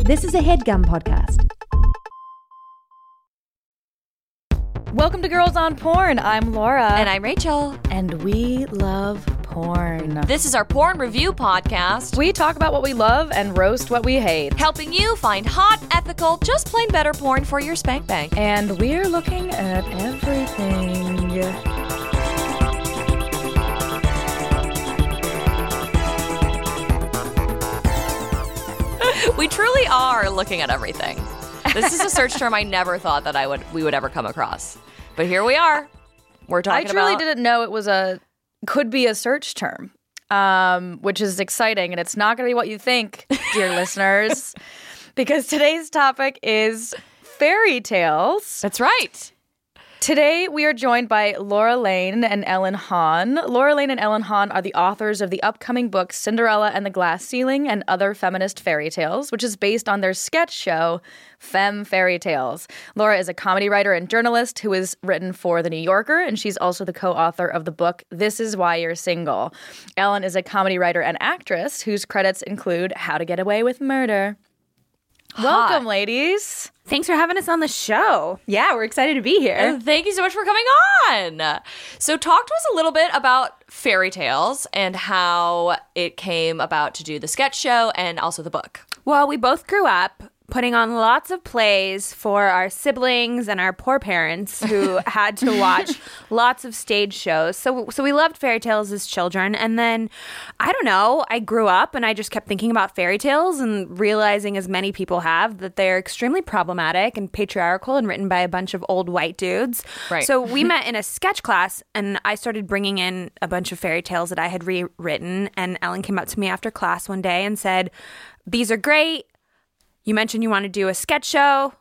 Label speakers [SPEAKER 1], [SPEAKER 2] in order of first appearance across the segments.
[SPEAKER 1] This is a headgum podcast.
[SPEAKER 2] Welcome to Girls on Porn. I'm Laura.
[SPEAKER 3] And I'm Rachel.
[SPEAKER 2] And we love porn.
[SPEAKER 3] This is our porn review podcast.
[SPEAKER 2] We talk about what we love and roast what we hate.
[SPEAKER 3] Helping you find hot, ethical, just plain better porn for your spank bank.
[SPEAKER 2] And we're looking at everything.
[SPEAKER 3] we truly are looking at everything. This is a search term I never thought that I would we would ever come across. But here we are. We're
[SPEAKER 2] I
[SPEAKER 3] talking
[SPEAKER 2] truly
[SPEAKER 3] about
[SPEAKER 2] didn't know it was a could be a search term, um, which is exciting, and it's not going to be what you think, dear listeners, because today's topic is fairy tales.
[SPEAKER 3] That's right.
[SPEAKER 2] Today, we are joined by Laura Lane and Ellen Hahn. Laura Lane and Ellen Hahn are the authors of the upcoming book Cinderella and the Glass Ceiling and Other Feminist Fairy Tales, which is based on their sketch show Femme Fairy Tales. Laura is a comedy writer and journalist who has written for The New Yorker, and she's also the co author of the book This Is Why You're Single. Ellen is a comedy writer and actress whose credits include How to Get Away with Murder. Welcome, ladies.
[SPEAKER 4] Thanks for having us on the show. Yeah, we're excited to be here.
[SPEAKER 3] And thank you so much for coming on. So talk to us a little bit about fairy tales and how it came about to do the sketch show and also the book.
[SPEAKER 4] Well, we both grew up putting on lots of plays for our siblings and our poor parents who had to watch lots of stage shows. So so we loved fairy tales as children and then I don't know, I grew up and I just kept thinking about fairy tales and realizing as many people have that they're extremely problematic and patriarchal and written by a bunch of old white dudes.
[SPEAKER 3] Right.
[SPEAKER 4] So we met in a sketch class and I started bringing in a bunch of fairy tales that I had rewritten and Ellen came up to me after class one day and said, "These are great. You mentioned you want to do a sketch show."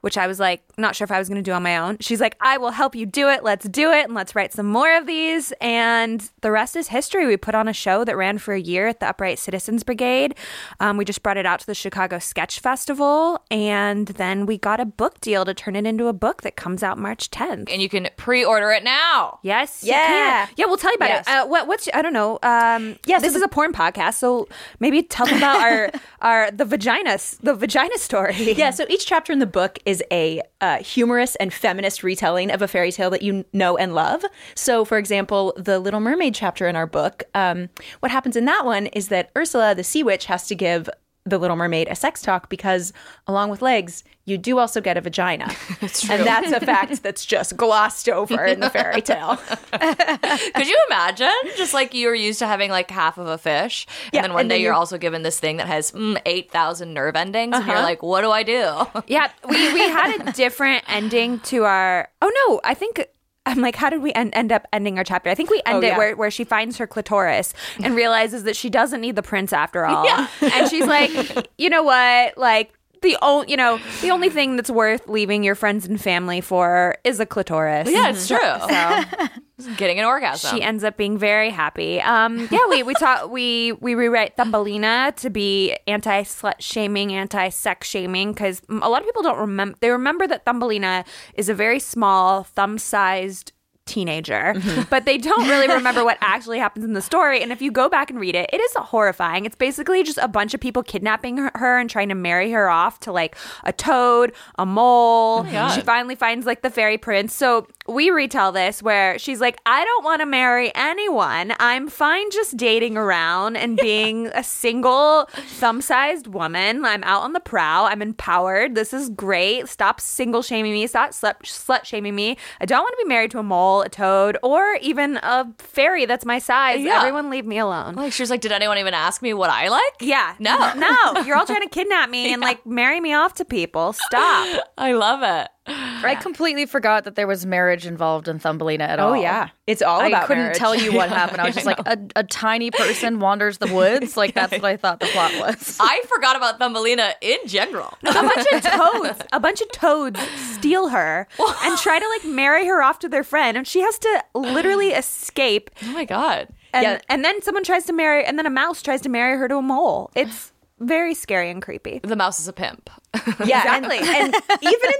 [SPEAKER 4] Which I was like, not sure if I was going to do on my own. She's like, I will help you do it. Let's do it and let's write some more of these. And the rest is history. We put on a show that ran for a year at the Upright Citizens Brigade. Um, we just brought it out to the Chicago Sketch Festival. And then we got a book deal to turn it into a book that comes out March 10th.
[SPEAKER 3] And you can pre-order it now.
[SPEAKER 4] Yes.
[SPEAKER 2] Yeah.
[SPEAKER 4] Yeah. Yeah. We'll tell you about
[SPEAKER 2] Yes.
[SPEAKER 4] it. Uh, what, what's I don't know. Um, yeah. This is a porn podcast, so maybe tell them about our our the vaginas the vagina story.
[SPEAKER 5] Yeah, so each chapter in the book is a uh, humorous and feminist retelling of a fairy tale that you know and love. So, for example, the Little Mermaid chapter in our book, um, what happens in that one is that Ursula, the sea witch, has to give the Little Mermaid a sex talk because, along with legs, you do also get a vagina. And that's a fact that's just glossed over in the fairy tale.
[SPEAKER 3] Could you imagine? Just like you're used to having like half of a fish, and
[SPEAKER 5] Yeah,
[SPEAKER 3] then one
[SPEAKER 5] and
[SPEAKER 3] day
[SPEAKER 5] then
[SPEAKER 3] you're
[SPEAKER 5] you-
[SPEAKER 3] also given this thing that has mm, eight thousand nerve endings, and you're like, "What do I do?"
[SPEAKER 4] Yeah, we, we had a different ending to our. Oh no, I think I'm like, how did we end, end up ending our chapter? I think we end it
[SPEAKER 5] yeah.
[SPEAKER 4] where, where she finds her clitoris and realizes that she doesn't need the prince after all, and she's like, you know what, like. The only, you know, the only thing that's worth leaving your friends and family for is a clitoris.
[SPEAKER 3] Yeah, it's true.
[SPEAKER 4] So
[SPEAKER 3] Getting an orgasm.
[SPEAKER 4] she ends up being very happy. Um, yeah, we we taught we we rewrite Thumbelina to be anti slut shaming, anti sex shaming because a lot of people don't remember. They remember that Thumbelina is a very small thumb sized teenager, but they don't really remember what actually happens in the story. And if you go back and read it, it is horrifying. It's basically just a bunch of people kidnapping her, her and trying to marry her off to like a toad, a
[SPEAKER 3] Oh
[SPEAKER 4] mole. she finally finds like the fairy prince. So we retell this where she's like, I don't want to marry anyone. I'm fine just dating around and being a single, thumb sized woman. I'm out on the prowl. I'm empowered. This is great. Stop single shaming me. Stop slut, slut shaming me. I don't want to be married to a mole, a toad, or even a fairy that's my size.
[SPEAKER 3] Yeah.
[SPEAKER 4] Everyone leave me alone.
[SPEAKER 3] like she was like, "Did anyone even ask me what I like?"
[SPEAKER 4] Yeah.
[SPEAKER 3] No.
[SPEAKER 4] No. You're all trying to kidnap me and like marry me off to people. Stop.
[SPEAKER 3] I love it.
[SPEAKER 2] I completely forgot that there was marriage involved in Thumbelina at all.
[SPEAKER 5] Oh, yeah. It's all
[SPEAKER 2] I
[SPEAKER 5] about
[SPEAKER 2] couldn't
[SPEAKER 5] marriage.
[SPEAKER 2] tell you what happened. I was just like, a, a tiny person wanders the woods. Like, that's what I thought the plot was.
[SPEAKER 3] I forgot about Thumbelina in general.
[SPEAKER 4] a bunch of toads, a bunch of toads steal her and try to like marry her off to their friend, and she has to literally escape.
[SPEAKER 3] Oh my god.
[SPEAKER 4] And,
[SPEAKER 5] Yeah.
[SPEAKER 4] and then someone tries to marry, and then a mouse tries to marry her to a mole. It's very scary and creepy.
[SPEAKER 3] The mouse is a pimp.
[SPEAKER 5] Yeah, exactly. And, even in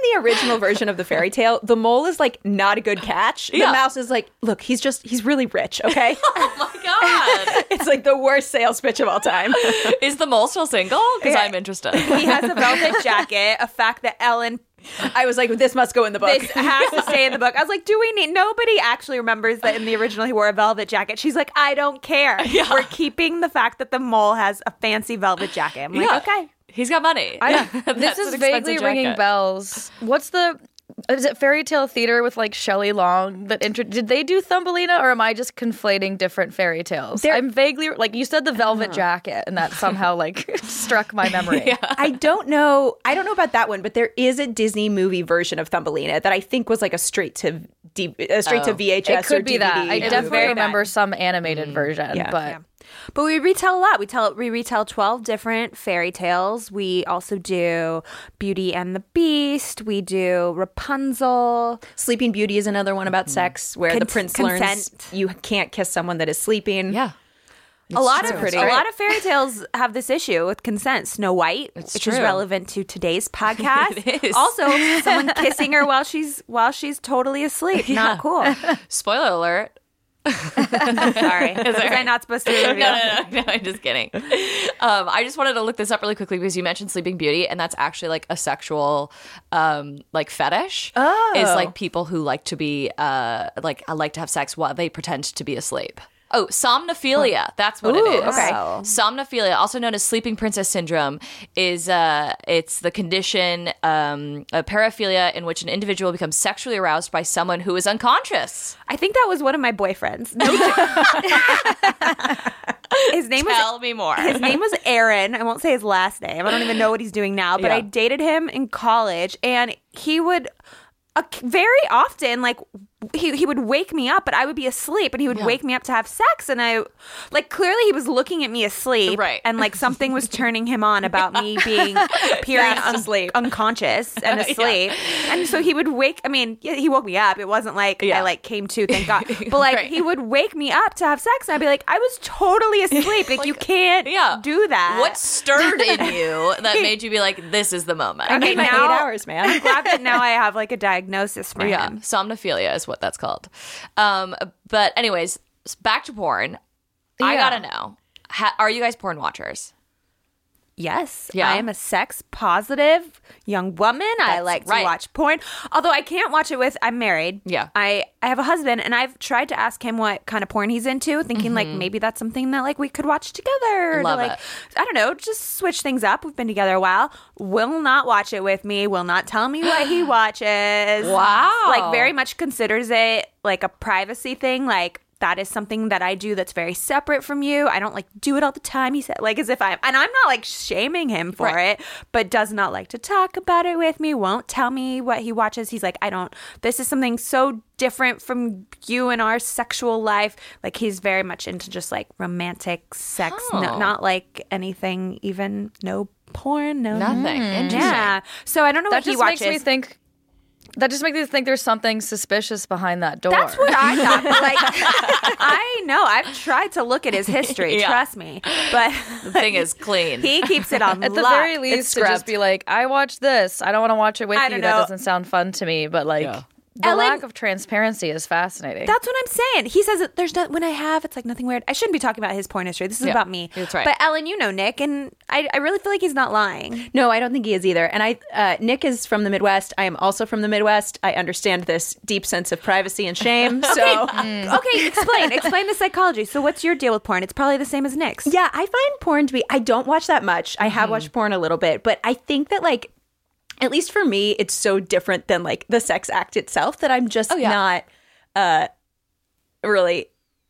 [SPEAKER 5] the original version of the fairy tale, the mole is like not a good catch. The
[SPEAKER 3] Yeah.
[SPEAKER 5] mouse is like, look, he's just he's really rich. Okay,
[SPEAKER 3] God.
[SPEAKER 5] it's like the worst sales pitch of all time.
[SPEAKER 3] Is the mole still single? Because I'm interested.
[SPEAKER 4] He has a velvet jacket, a fact that Ellen
[SPEAKER 5] I was like, this must go in the book.
[SPEAKER 4] this has to stay in the book. I was like, do we need? Nobody actually remembers that in the original he wore a velvet jacket. She's like, I don't care. We're keeping the fact that the mole has a fancy velvet jacket. I'm like,
[SPEAKER 3] Yeah.
[SPEAKER 4] okay.
[SPEAKER 3] He's got money.
[SPEAKER 2] this
[SPEAKER 3] That's
[SPEAKER 2] is
[SPEAKER 3] an expensive
[SPEAKER 2] vaguely ringing
[SPEAKER 3] jacket.
[SPEAKER 2] bells. What's the is it fairy tale theater with like Shelley Long that intro- did they do Thumbelina or am I just conflating different fairy tales? I'm vaguely like you said the velvet
[SPEAKER 5] Uh-huh.
[SPEAKER 2] jacket and that somehow like struck my memory.
[SPEAKER 5] I don't know. I don't know about that one, but there is a Disney movie version of Thumbelina that I think was like a straight to D, a straight to VHS
[SPEAKER 2] It could
[SPEAKER 5] or
[SPEAKER 2] be
[SPEAKER 5] DVD
[SPEAKER 2] that. I
[SPEAKER 5] movie.
[SPEAKER 2] definitely
[SPEAKER 4] very
[SPEAKER 2] remember some animated version,
[SPEAKER 5] Yeah.
[SPEAKER 2] but
[SPEAKER 4] But we retell a lot. We tell we retell twelve different fairy tales. We also do Beauty and the Beast. We do Rapunzel.
[SPEAKER 5] Sleeping Beauty is another one about sex where the
[SPEAKER 4] Cons-
[SPEAKER 5] prince
[SPEAKER 4] consent.
[SPEAKER 5] learns you can't kiss someone that is sleeping.
[SPEAKER 3] Yeah.
[SPEAKER 4] a lot of
[SPEAKER 5] Pretty.
[SPEAKER 4] a lot of fairy tales have this issue with consent. Snow White, which is
[SPEAKER 3] true.
[SPEAKER 4] relevant to today's podcast.
[SPEAKER 3] It is.
[SPEAKER 4] Also, someone kissing her while she's while she's totally asleep. Not cool.
[SPEAKER 3] Spoiler alert.
[SPEAKER 4] Sorry, was I not supposed to reveal?
[SPEAKER 3] No, no, no, no. I'm just kidding. Um, I just wanted to look this up really quickly because you mentioned Sleeping Beauty, and that's actually like a sexual, um, like fetish. Oh, is like people who like to be, uh, like I like to have sex while they pretend to be asleep. Oh, somnophilia. That's what it is.
[SPEAKER 4] okay.
[SPEAKER 3] Somnophilia, also known as sleeping princess syndrome, is uh, it's the condition um, a paraphilia in which an individual becomes sexually aroused by someone who is unconscious.
[SPEAKER 4] I think that was one of my boyfriends. No His name was
[SPEAKER 3] Tell me more.
[SPEAKER 4] his name was Aaron. I won't say his last name. I don't even know what he's doing now, but I dated him in college and he would uh, very often like he, he would wake me up but I would be asleep and he would wake me up to have sex and I like clearly he was looking at me asleep
[SPEAKER 3] Right.
[SPEAKER 4] and like something was turning him on about me being appearing un-
[SPEAKER 5] asleep.
[SPEAKER 4] unconscious and asleep and so he would wake I mean yeah, he woke me up it wasn't like I
[SPEAKER 3] Yeah.
[SPEAKER 4] like came to thank god but like
[SPEAKER 3] Right.
[SPEAKER 4] he would wake me up to have sex and I'd be like I was totally asleep like, you can't
[SPEAKER 3] Yeah.
[SPEAKER 4] do that
[SPEAKER 3] What stirred in you that made you be like, this is the moment?
[SPEAKER 4] Okay,
[SPEAKER 5] my
[SPEAKER 4] now-
[SPEAKER 5] eight hours, man.
[SPEAKER 4] I'm glad that now I have like a diagnosis for
[SPEAKER 3] yeah,
[SPEAKER 4] him.
[SPEAKER 3] somnophilia is what that's called. Um, but, anyways, back to porn. I
[SPEAKER 2] Yeah.
[SPEAKER 3] gotta know. Ha- are you guys porn watchers?
[SPEAKER 4] Yes,
[SPEAKER 3] Yeah.
[SPEAKER 4] I am a sex positive young woman. I
[SPEAKER 3] That's
[SPEAKER 4] like to
[SPEAKER 3] right.
[SPEAKER 4] watch porn, although I can't watch it with. I'm married.
[SPEAKER 3] Yeah.
[SPEAKER 4] I I have a husband, and I've tried to ask him what kind of porn he's into, thinking like maybe that's something that like we could watch together. to,
[SPEAKER 3] Mm-hmm. Love
[SPEAKER 4] like,
[SPEAKER 3] it.
[SPEAKER 4] I don't know, just switch things up. We've been together a while. Will not watch it with me. Will not tell me what he watches.
[SPEAKER 3] Wow.
[SPEAKER 4] Like very much considers it like a privacy thing. Like that is something that I do that's very separate from you. I don't like do it all the time. He said like as if I'm and I'm not like shaming him for
[SPEAKER 3] Right.
[SPEAKER 4] it, but does not like to talk about it with me. Won't tell me what he watches. He's like I don't. This is something so different from you and our sexual life. Like he's very much into just like romantic sex,
[SPEAKER 3] Oh.
[SPEAKER 4] no, not like anything even no porn, no
[SPEAKER 3] Nothing. Interesting.
[SPEAKER 4] Hmm. Yeah. So I don't know
[SPEAKER 2] that
[SPEAKER 4] what he
[SPEAKER 2] just
[SPEAKER 4] watches.
[SPEAKER 2] makes me think that just makes me think there's something suspicious behind that door.
[SPEAKER 4] That's what I thought. but, like, I know. I've tried to look at his history.
[SPEAKER 3] Yeah.
[SPEAKER 4] Trust me, but
[SPEAKER 3] The thing is clean.
[SPEAKER 4] he keeps it on
[SPEAKER 2] At the
[SPEAKER 4] lock.
[SPEAKER 2] very
[SPEAKER 4] It's
[SPEAKER 2] least, to just
[SPEAKER 4] scrubbed.
[SPEAKER 2] be like, I watched this. I don't want to watch it with
[SPEAKER 4] I
[SPEAKER 2] you.
[SPEAKER 4] don't
[SPEAKER 2] That
[SPEAKER 4] know.
[SPEAKER 2] doesn't sound fun to me. But like, the
[SPEAKER 4] Ellen-
[SPEAKER 2] lack of transparency is fascinating.
[SPEAKER 4] That's what I'm saying. He says that there's no when I have, it's like nothing weird. I shouldn't be talking about his porn history. This is
[SPEAKER 3] Yeah,
[SPEAKER 4] about me.
[SPEAKER 3] that's right.
[SPEAKER 4] But Ellen, you know Nick, and I, I really feel like he's not lying.
[SPEAKER 5] No, I don't think he is either. And I, uh, Nick is from the Midwest. I am also from the Midwest. I understand this deep sense of privacy and shame. So,
[SPEAKER 4] Okay, explain. explain the psychology. So what's your deal with porn? It's probably the same as Nick's.
[SPEAKER 5] yeah, I find porn to be. I don't watch that much. I have watched porn a little bit, but I think that like, at least for me, it's so different than like the sex act itself that I'm just
[SPEAKER 3] yeah.
[SPEAKER 5] not uh, really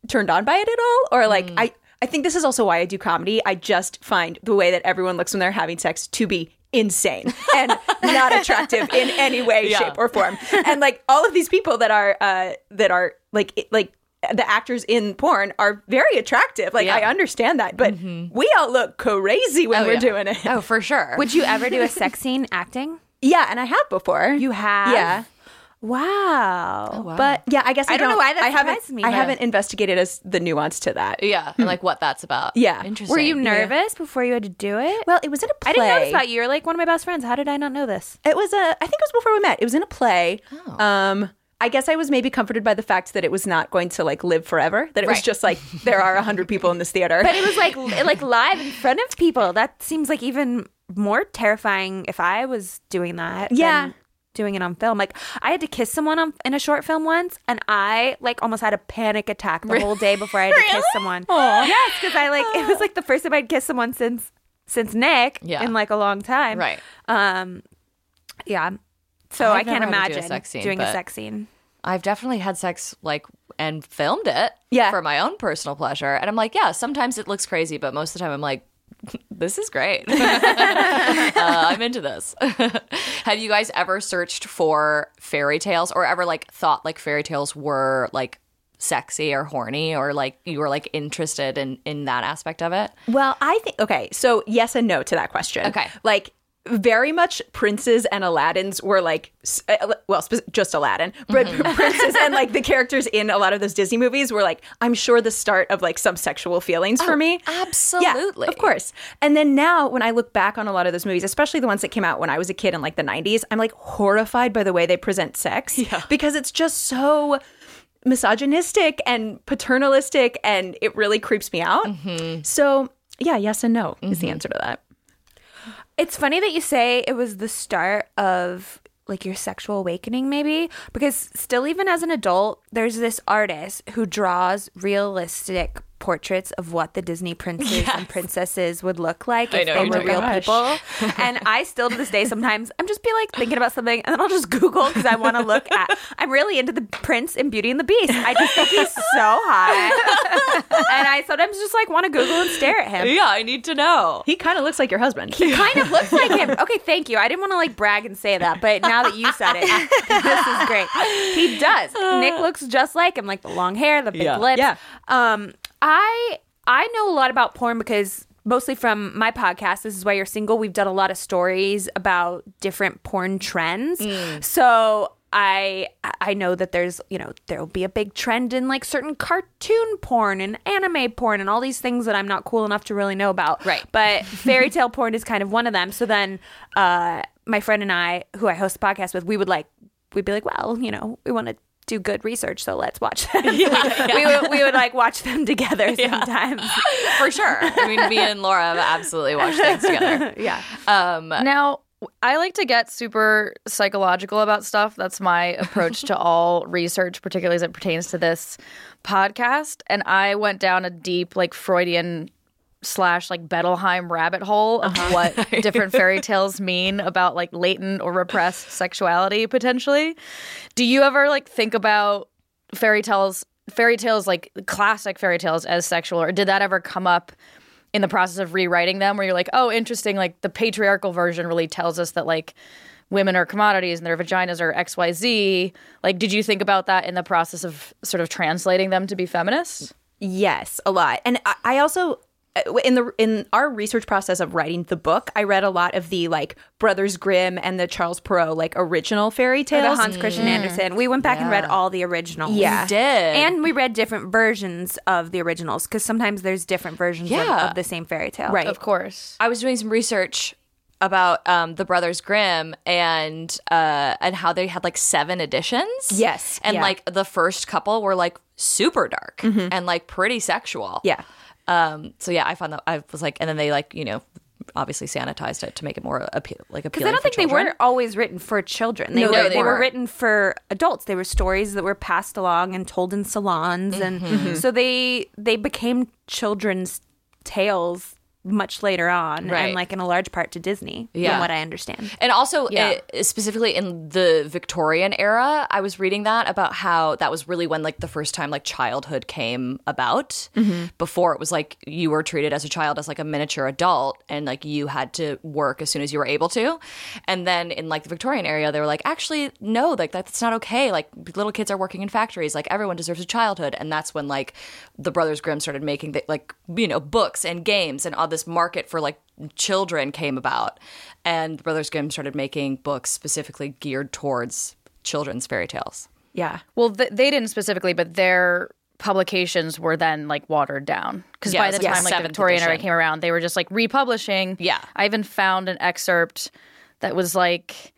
[SPEAKER 5] turned on by it at all. Or
[SPEAKER 4] Mm.
[SPEAKER 5] like, I, I think this is also why I do comedy. I just find the way that everyone looks when they're having sex to be insane and not attractive in any way, shape, or form. And like all of these people that are uh, that are like it- like the actors in porn are very attractive. Like I understand that, but
[SPEAKER 4] Mm-hmm.
[SPEAKER 5] we all look crazy when we're
[SPEAKER 3] yeah.
[SPEAKER 5] doing it.
[SPEAKER 3] Oh, for sure.
[SPEAKER 4] Would you ever do a sex scene acting?
[SPEAKER 5] Yeah, and I have before.
[SPEAKER 4] You have.
[SPEAKER 5] Yeah.
[SPEAKER 4] Wow.
[SPEAKER 5] But yeah, I guess I,
[SPEAKER 4] I don't know why that
[SPEAKER 5] I haven't,
[SPEAKER 4] surprised me,
[SPEAKER 5] I
[SPEAKER 4] but-
[SPEAKER 5] haven't investigated as the nuance to that.
[SPEAKER 3] Yeah, and like what that's about.
[SPEAKER 5] Yeah.
[SPEAKER 3] interesting.
[SPEAKER 4] Hmm. Were you nervous before you had to do it?
[SPEAKER 5] Well, it was in a play.
[SPEAKER 4] I didn't know this about you. You're like one of my best friends. How did I not know this?
[SPEAKER 5] It was a. I think it was before we met. It was in a play. Um, I guess I was maybe comforted by the fact that it was not going to like live forever. That it was
[SPEAKER 3] Right.
[SPEAKER 5] just like there are a hundred people in this theater.
[SPEAKER 4] But it was like li- like live in front of people. That seems like even more terrifying if I was doing that. than
[SPEAKER 5] Yeah.
[SPEAKER 4] Doing it on film, like I had to kiss someone on, in a short film once, and I like almost had a panic attack the whole day before I had to kiss someone. Yes, because I like it was like the first time I'd kissed someone since since Nick
[SPEAKER 3] Yeah.
[SPEAKER 4] in like a long time.
[SPEAKER 3] Right.
[SPEAKER 4] Um. Yeah. So
[SPEAKER 3] I've
[SPEAKER 4] I can't
[SPEAKER 3] never had to do a
[SPEAKER 4] imagine
[SPEAKER 3] sex scene,
[SPEAKER 4] doing a
[SPEAKER 3] but-
[SPEAKER 4] sex scene.
[SPEAKER 3] I've definitely had sex like and filmed it
[SPEAKER 5] Yeah.
[SPEAKER 3] for my own personal pleasure. And I'm like, yeah, sometimes it looks crazy, but most of the time I'm like, this is great. Uh, I'm into this. Have you guys ever searched for fairy tales or ever like thought like fairy tales were like sexy or horny or like you were like interested in in that aspect of it?
[SPEAKER 5] Well, I think okay. So yes and no to that question.
[SPEAKER 3] Okay.
[SPEAKER 5] like very much princes and Aladdins were like, s- uh, well, spe- just Aladdin, but princes and like the characters in a lot of those Disney movies were like, I'm sure the start of like some sexual feelings for me.
[SPEAKER 3] absolutely.
[SPEAKER 5] yeah, of course. And then now, when I look back on a lot of those movies, especially the ones that came out when I was a kid in like the 90s, I'm like horrified by the way they present sex because it's just so misogynistic and paternalistic and it really creeps me out. So, yeah, yes and no is the answer to that.
[SPEAKER 4] It's funny that you say it was the start of like your sexual awakening, maybe, because still, even as an adult, there's this artist who draws realistic portraits of what the Disney princes and princesses would look like if
[SPEAKER 3] know
[SPEAKER 4] they
[SPEAKER 3] you're
[SPEAKER 4] were
[SPEAKER 3] talking
[SPEAKER 4] real
[SPEAKER 5] about.
[SPEAKER 4] people. and I still to this day sometimes I'm just be like thinking about something and then I'll just Google because I want to look at. I'm really into the Prince in Beauty and the Beast. I just think he's so hot, and I sometimes just like want to Google and stare at him
[SPEAKER 3] Yeah, I need to know.
[SPEAKER 5] He kind of looks like your husband.
[SPEAKER 4] kind of looks like him. Okay, thank you. I didn't want to like brag and say that, but now that you said it, this is great. He does. Nick looks just like him, like the long hair, the big
[SPEAKER 3] Yeah.
[SPEAKER 4] lips.
[SPEAKER 5] Yeah.
[SPEAKER 4] Um, I I know a lot about porn because mostly from my podcast. This is why you're single. We've done a lot of stories about different porn trends.
[SPEAKER 3] Mm.
[SPEAKER 4] So. I I know that there's you know there will be a big trend in like certain cartoon porn and anime porn and all these things that I'm not cool enough to really know about
[SPEAKER 3] Right.
[SPEAKER 4] but fairy tale porn is kind of one of them. So then, uh, my friend and I, who I host the podcast with, we would like, we'd be like, well, you know, we want to do good research, so let's watch them. we, would, we would like watch them together sometimes.
[SPEAKER 3] For sure. I mean, me and Laura have absolutely watched things together.
[SPEAKER 4] Yeah.
[SPEAKER 3] Um,
[SPEAKER 2] Now, I like to get super psychological about stuff. That's my approach to all research, particularly as it pertains to this podcast. And I went down a deep, like Freudian slash like Bettelheim rabbit hole of what different fairy tales mean about like latent or repressed sexuality potentially. Do you ever like think about fairy tales, fairy tales like classic fairy tales as sexual, or did that ever come up in the process of rewriting them where you're like, oh, interesting, like the patriarchal version really tells us that like women are commodities and their vaginas are XYZ. Like, did you think about that in the process of sort of translating them to be feminist?
[SPEAKER 5] Yes, a lot. And I, I also uh, in the in our research process of writing the book, I read a lot of the like Brothers Grimm and the Charles Perrault like original fairy
[SPEAKER 4] The
[SPEAKER 5] tales.
[SPEAKER 4] Hans Christian Andersen. We went back and read all the originals.
[SPEAKER 5] Yeah.
[SPEAKER 3] did. And
[SPEAKER 4] And we read different versions of the originals because sometimes there's different versions of-
[SPEAKER 3] Yeah.
[SPEAKER 4] of, the same fairy tale.
[SPEAKER 5] Right.
[SPEAKER 2] Of course.
[SPEAKER 3] I was doing some research about um, the Brothers Grimm and uh, and how they had like seven editions.
[SPEAKER 5] Yes,
[SPEAKER 3] and
[SPEAKER 5] yeah.
[SPEAKER 3] like the first couple were like super dark
[SPEAKER 4] Mm-hmm.
[SPEAKER 3] and like pretty sexual.
[SPEAKER 5] Yeah.
[SPEAKER 3] Um. So yeah, I found that I was like, and then they like you know obviously sanitized it to make it more appeal like
[SPEAKER 4] Because I
[SPEAKER 3] appealing.
[SPEAKER 4] don't
[SPEAKER 3] for
[SPEAKER 4] think they
[SPEAKER 3] children.
[SPEAKER 4] were always written for children. They,
[SPEAKER 3] No,
[SPEAKER 4] were,
[SPEAKER 3] they
[SPEAKER 4] they were
[SPEAKER 3] weren't.
[SPEAKER 4] written for adults. They were stories that were passed along and told in salons,
[SPEAKER 3] Mm-hmm.
[SPEAKER 4] and so they they became children's tales much later on,
[SPEAKER 3] Right.
[SPEAKER 4] and like in a large part to Disney,
[SPEAKER 3] Yeah.
[SPEAKER 4] from what I understand.
[SPEAKER 3] And also,
[SPEAKER 2] Yeah.
[SPEAKER 3] uh, specifically in the Victorian era, I was reading that about how that was really when, like, the first time like childhood came about. Before it was like you were treated as a child as like a miniature adult, and like you had to work as soon as you were able to. And then in like the Victorian area, they were like, actually, no, like that's not okay. Like little kids are working in factories. Like everyone deserves a childhood, and that's when like the Brothers Grimm started making the, like you know books and games and all this market for like children came about and the brothers grimm started making books specifically geared towards children's fairy tales.
[SPEAKER 5] Yeah.
[SPEAKER 2] Well, th- they didn't specifically, but their publications were then like watered down because
[SPEAKER 3] Yeah,
[SPEAKER 2] by
[SPEAKER 3] it
[SPEAKER 2] the
[SPEAKER 3] was, like,
[SPEAKER 2] time
[SPEAKER 3] the
[SPEAKER 2] like the
[SPEAKER 3] seventh
[SPEAKER 2] Victorian era
[SPEAKER 3] edition.
[SPEAKER 2] came around, they were just like republishing.
[SPEAKER 3] Yeah.
[SPEAKER 2] I even found an excerpt that was like.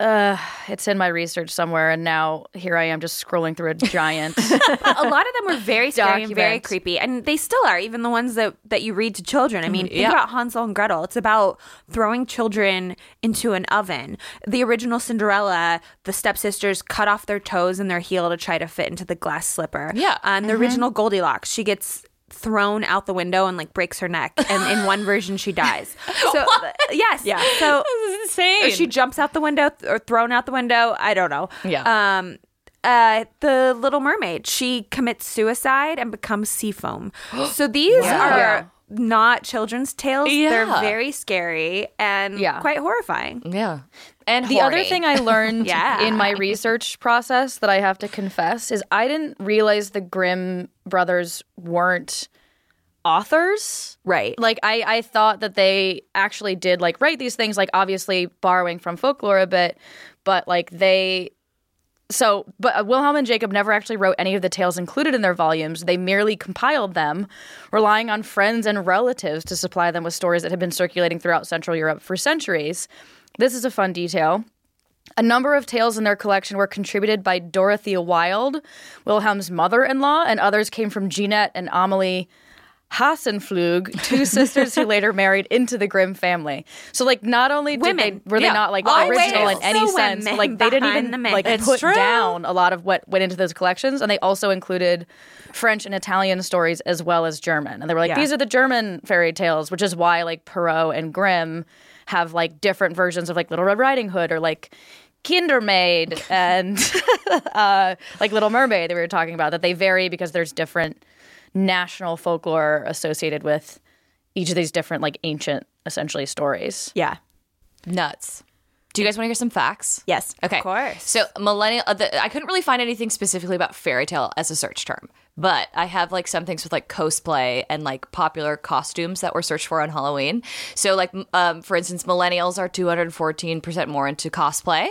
[SPEAKER 2] Uh, it's in my research somewhere, and now here I am just scrolling through a giant.
[SPEAKER 4] a lot of them were very scary and very
[SPEAKER 2] Document.
[SPEAKER 4] creepy, and they still are. Even the ones that that you read to children. I mean, think
[SPEAKER 3] Yeah.
[SPEAKER 4] about Hansel and Gretel. It's about throwing children into an oven. The original Cinderella, the stepsisters cut off their toes and their heel to try to fit into the glass slipper.
[SPEAKER 3] Yeah.
[SPEAKER 4] Um, the original Goldilocks, she gets thrown out the window and like breaks her neck and in one version she dies so yes yeah so
[SPEAKER 3] This is insane.
[SPEAKER 4] or she jumps out the window th- or thrown out the window. I don't know.
[SPEAKER 3] Yeah.
[SPEAKER 4] Um. Uh, the Little Mermaid. She commits suicide and becomes sea foam. so these are not children's tales. They're
[SPEAKER 3] Yeah.
[SPEAKER 4] very scary and
[SPEAKER 2] Yeah.
[SPEAKER 4] quite horrifying.
[SPEAKER 3] yeah. And
[SPEAKER 2] The other thing I learned
[SPEAKER 4] Yeah.
[SPEAKER 2] in my research process that I have to confess is I didn't realize the Grimm brothers weren't authors.
[SPEAKER 4] Right.
[SPEAKER 2] Like I, I thought that they actually did like write these things, like obviously borrowing from folklore a bit, but like they so but uh, Wilhelm and Jacob never actually wrote any of the tales included in their volumes. They merely compiled them, relying on friends and relatives to supply them with stories that had been circulating throughout Central Europe for centuries. This is a fun detail. A number of tales in their collection were contributed by Dorothea Wilde, Wilhelm's mother in law, and others came from Jeanette and Amelie Hassenflug, two sisters who later married into the Grimm family. So, like, not only did
[SPEAKER 4] Women.
[SPEAKER 2] they, were
[SPEAKER 3] Yeah.
[SPEAKER 2] they not like
[SPEAKER 4] Always
[SPEAKER 2] original in
[SPEAKER 4] the
[SPEAKER 2] any sense,
[SPEAKER 4] women
[SPEAKER 2] like, they didn't
[SPEAKER 4] behind
[SPEAKER 2] even
[SPEAKER 4] the men.
[SPEAKER 2] like
[SPEAKER 4] It's
[SPEAKER 2] put
[SPEAKER 3] true.
[SPEAKER 2] down a lot of what went into those collections. And they also included French and Italian stories as well as German. And they were like, these are the German fairy tales, which is why, like, Perrault and Grimm have like different versions of like Little Red Riding Hood or like Kindermaid and uh, like Little Mermaid that we were talking about that they vary because there's different national folklore associated with each of these different like ancient essentially stories.
[SPEAKER 5] Yeah.
[SPEAKER 3] nuts. Do you guys want to hear some facts?
[SPEAKER 5] Yes.
[SPEAKER 3] Okay. Of
[SPEAKER 4] course.
[SPEAKER 3] So millennial, uh, the, I couldn't really find anything specifically about fairy tale as a search term, but I have like some things with like cosplay and like popular costumes that were searched for on Halloween. So like, m- um, for instance, millennials are 214 percent more into cosplay,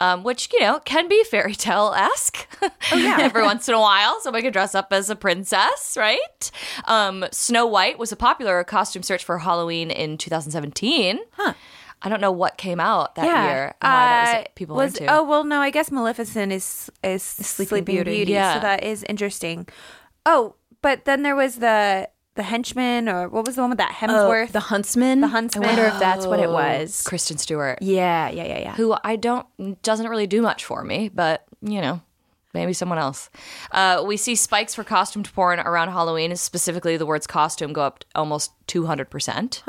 [SPEAKER 3] um, which you know can be fairy tale esque. Oh yeah. Every once in a while, somebody could dress up as a princess, right? Um, Snow White was a popular costume search for Halloween in 2017. Huh. I don't know what came out that
[SPEAKER 4] Yeah.
[SPEAKER 3] year. and why that was,
[SPEAKER 4] Uh,
[SPEAKER 3] people
[SPEAKER 4] was-
[SPEAKER 3] were into.
[SPEAKER 4] Oh well, no. I guess Maleficent is is Sleeping, Beauty.
[SPEAKER 3] Yeah.
[SPEAKER 4] So that is interesting. Oh, but then there was the the henchman or what was the one with that Hemsworth?
[SPEAKER 5] Oh, the Huntsman.
[SPEAKER 4] The Huntsman. Oh,
[SPEAKER 5] I wonder if that's what it was.
[SPEAKER 3] Kristen Stewart,
[SPEAKER 5] Yeah, yeah, yeah, yeah.
[SPEAKER 3] who I don't doesn't really do much for me, but you know, maybe someone else. Uh, we see spikes for costumed porn around Halloween. Specifically, the words "costume" go up almost two hundred percent.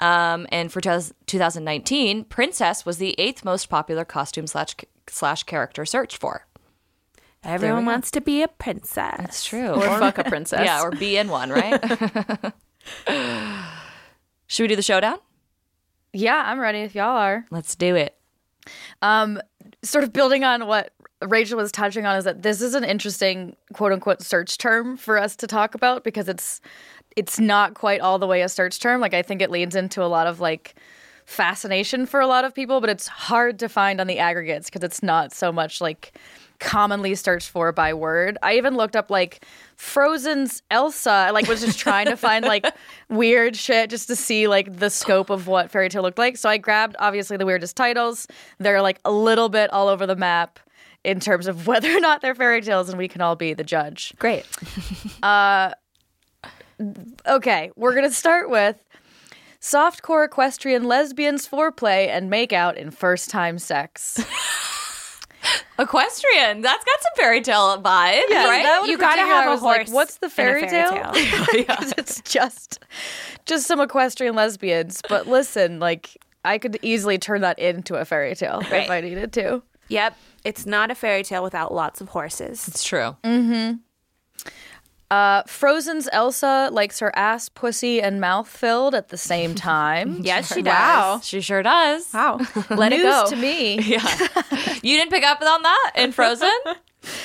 [SPEAKER 3] Um, and for tus- 2019, Princess was the eighth most popular costume slash slash character searched for.
[SPEAKER 4] Everyone wants to be a princess.
[SPEAKER 3] It's true.
[SPEAKER 5] Or fuck a princess.
[SPEAKER 3] yeah, or be in one, right? Should we do the showdown?
[SPEAKER 2] Yeah, I'm ready if y'all are.
[SPEAKER 3] Let's do it.
[SPEAKER 2] um, sort of building on what Rachel was touching on is that this is an interesting quote unquote search term for us to talk about because it's it's not quite all the way a search term. Like I think it leads into a lot of like fascination for a lot of people, but it's hard to find on the aggregates because it's not so much like commonly searched for by word. I even looked up like Frozen's Elsa, I, like was just trying to find like weird shit just to see like the scope of what fairy tale looked like. So I grabbed obviously the weirdest titles. They're like a little bit all over the map in terms of whether or not they're fairy tales and we can all be the judge. Uh,
[SPEAKER 5] Great.
[SPEAKER 2] Okay, we're going to start with softcore equestrian lesbians foreplay and makeout in first time sex.
[SPEAKER 3] Equestrian. That's got some fairy tale vibes, right?
[SPEAKER 2] that one
[SPEAKER 4] You
[SPEAKER 2] in
[SPEAKER 4] gotta
[SPEAKER 2] particular,
[SPEAKER 4] have
[SPEAKER 2] I
[SPEAKER 4] a
[SPEAKER 2] was like,
[SPEAKER 4] horse
[SPEAKER 2] What's the
[SPEAKER 4] and a
[SPEAKER 2] fairy,
[SPEAKER 4] fairy
[SPEAKER 2] tale? 'Cause it's just just some equestrian lesbians. But listen, like I could easily turn that into a fairy tale if
[SPEAKER 3] Right.
[SPEAKER 2] I needed to.
[SPEAKER 4] Yep. It's not a fairy tale without lots of horses.
[SPEAKER 3] It's true.
[SPEAKER 2] Uh, Frozen's Elsa likes her ass, pussy, and mouth filled at the same time.
[SPEAKER 4] Yes, she
[SPEAKER 5] Wow.
[SPEAKER 3] She sure does.
[SPEAKER 5] Wow.
[SPEAKER 2] Let
[SPEAKER 5] it
[SPEAKER 2] News
[SPEAKER 5] go.
[SPEAKER 2] to me.
[SPEAKER 3] You didn't pick up on that in Frozen?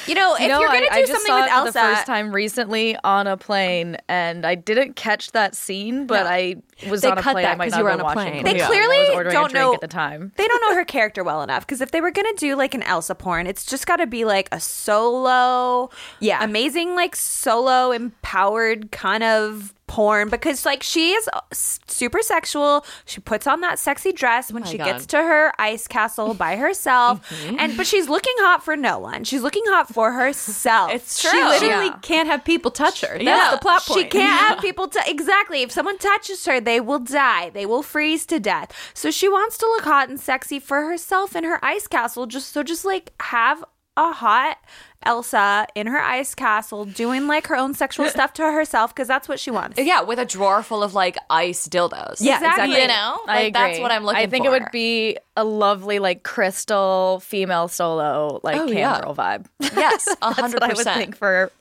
[SPEAKER 4] You know, if
[SPEAKER 2] no,
[SPEAKER 4] you're going to do
[SPEAKER 2] I, I just
[SPEAKER 4] something
[SPEAKER 2] saw
[SPEAKER 4] with
[SPEAKER 2] it for
[SPEAKER 4] Elsa,
[SPEAKER 2] the first time recently on a plane, and I didn't catch that scene, but I was
[SPEAKER 3] They
[SPEAKER 2] on a
[SPEAKER 3] cut
[SPEAKER 2] plane.
[SPEAKER 3] that
[SPEAKER 2] I might
[SPEAKER 3] 'cause
[SPEAKER 2] not
[SPEAKER 3] you were
[SPEAKER 2] have been
[SPEAKER 3] on a
[SPEAKER 2] watching
[SPEAKER 3] plane.
[SPEAKER 2] the
[SPEAKER 4] they
[SPEAKER 3] Yeah.
[SPEAKER 2] movie. I was
[SPEAKER 4] clearly
[SPEAKER 2] ordering a
[SPEAKER 4] don't
[SPEAKER 2] drink
[SPEAKER 4] know
[SPEAKER 2] at the time.
[SPEAKER 4] They don't know her character well enough because if they were gonna do like an Elsa porn, it's just got to be like a solo,
[SPEAKER 5] Yeah.
[SPEAKER 4] amazing like solo empowered kind of porn because like she is uh, s- super sexual. She puts on that sexy dress when she
[SPEAKER 3] Oh God. Mm-hmm.
[SPEAKER 4] gets to her ice castle by herself, and but she's looking hot for no one. She's looking hot for herself.
[SPEAKER 3] It's
[SPEAKER 4] She
[SPEAKER 3] true.
[SPEAKER 4] literally
[SPEAKER 3] Yeah.
[SPEAKER 5] can't have people touch her. That's
[SPEAKER 3] Yeah.
[SPEAKER 5] the plot
[SPEAKER 4] she
[SPEAKER 5] point.
[SPEAKER 4] can't have people to exactly. If someone touches her, they will die. They will freeze to death. So she wants to look hot and sexy for herself in her ice castle. Just so, just like have a hot Elsa in her ice castle doing like her own sexual stuff to herself because that's what she wants.
[SPEAKER 3] Yeah, with a drawer full of like ice dildos.
[SPEAKER 4] Exactly.
[SPEAKER 5] Yeah, exactly.
[SPEAKER 3] You know,
[SPEAKER 2] I
[SPEAKER 3] Like, that's
[SPEAKER 2] agree.
[SPEAKER 3] what I'm looking.
[SPEAKER 2] I think it
[SPEAKER 3] for.
[SPEAKER 2] would be a lovely, like crystal female solo, like
[SPEAKER 3] Oh,
[SPEAKER 2] cam
[SPEAKER 3] yeah.
[SPEAKER 2] girl vibe.
[SPEAKER 3] yes, a
[SPEAKER 2] That's
[SPEAKER 3] hundred
[SPEAKER 2] what I would
[SPEAKER 3] percent.
[SPEAKER 2] think for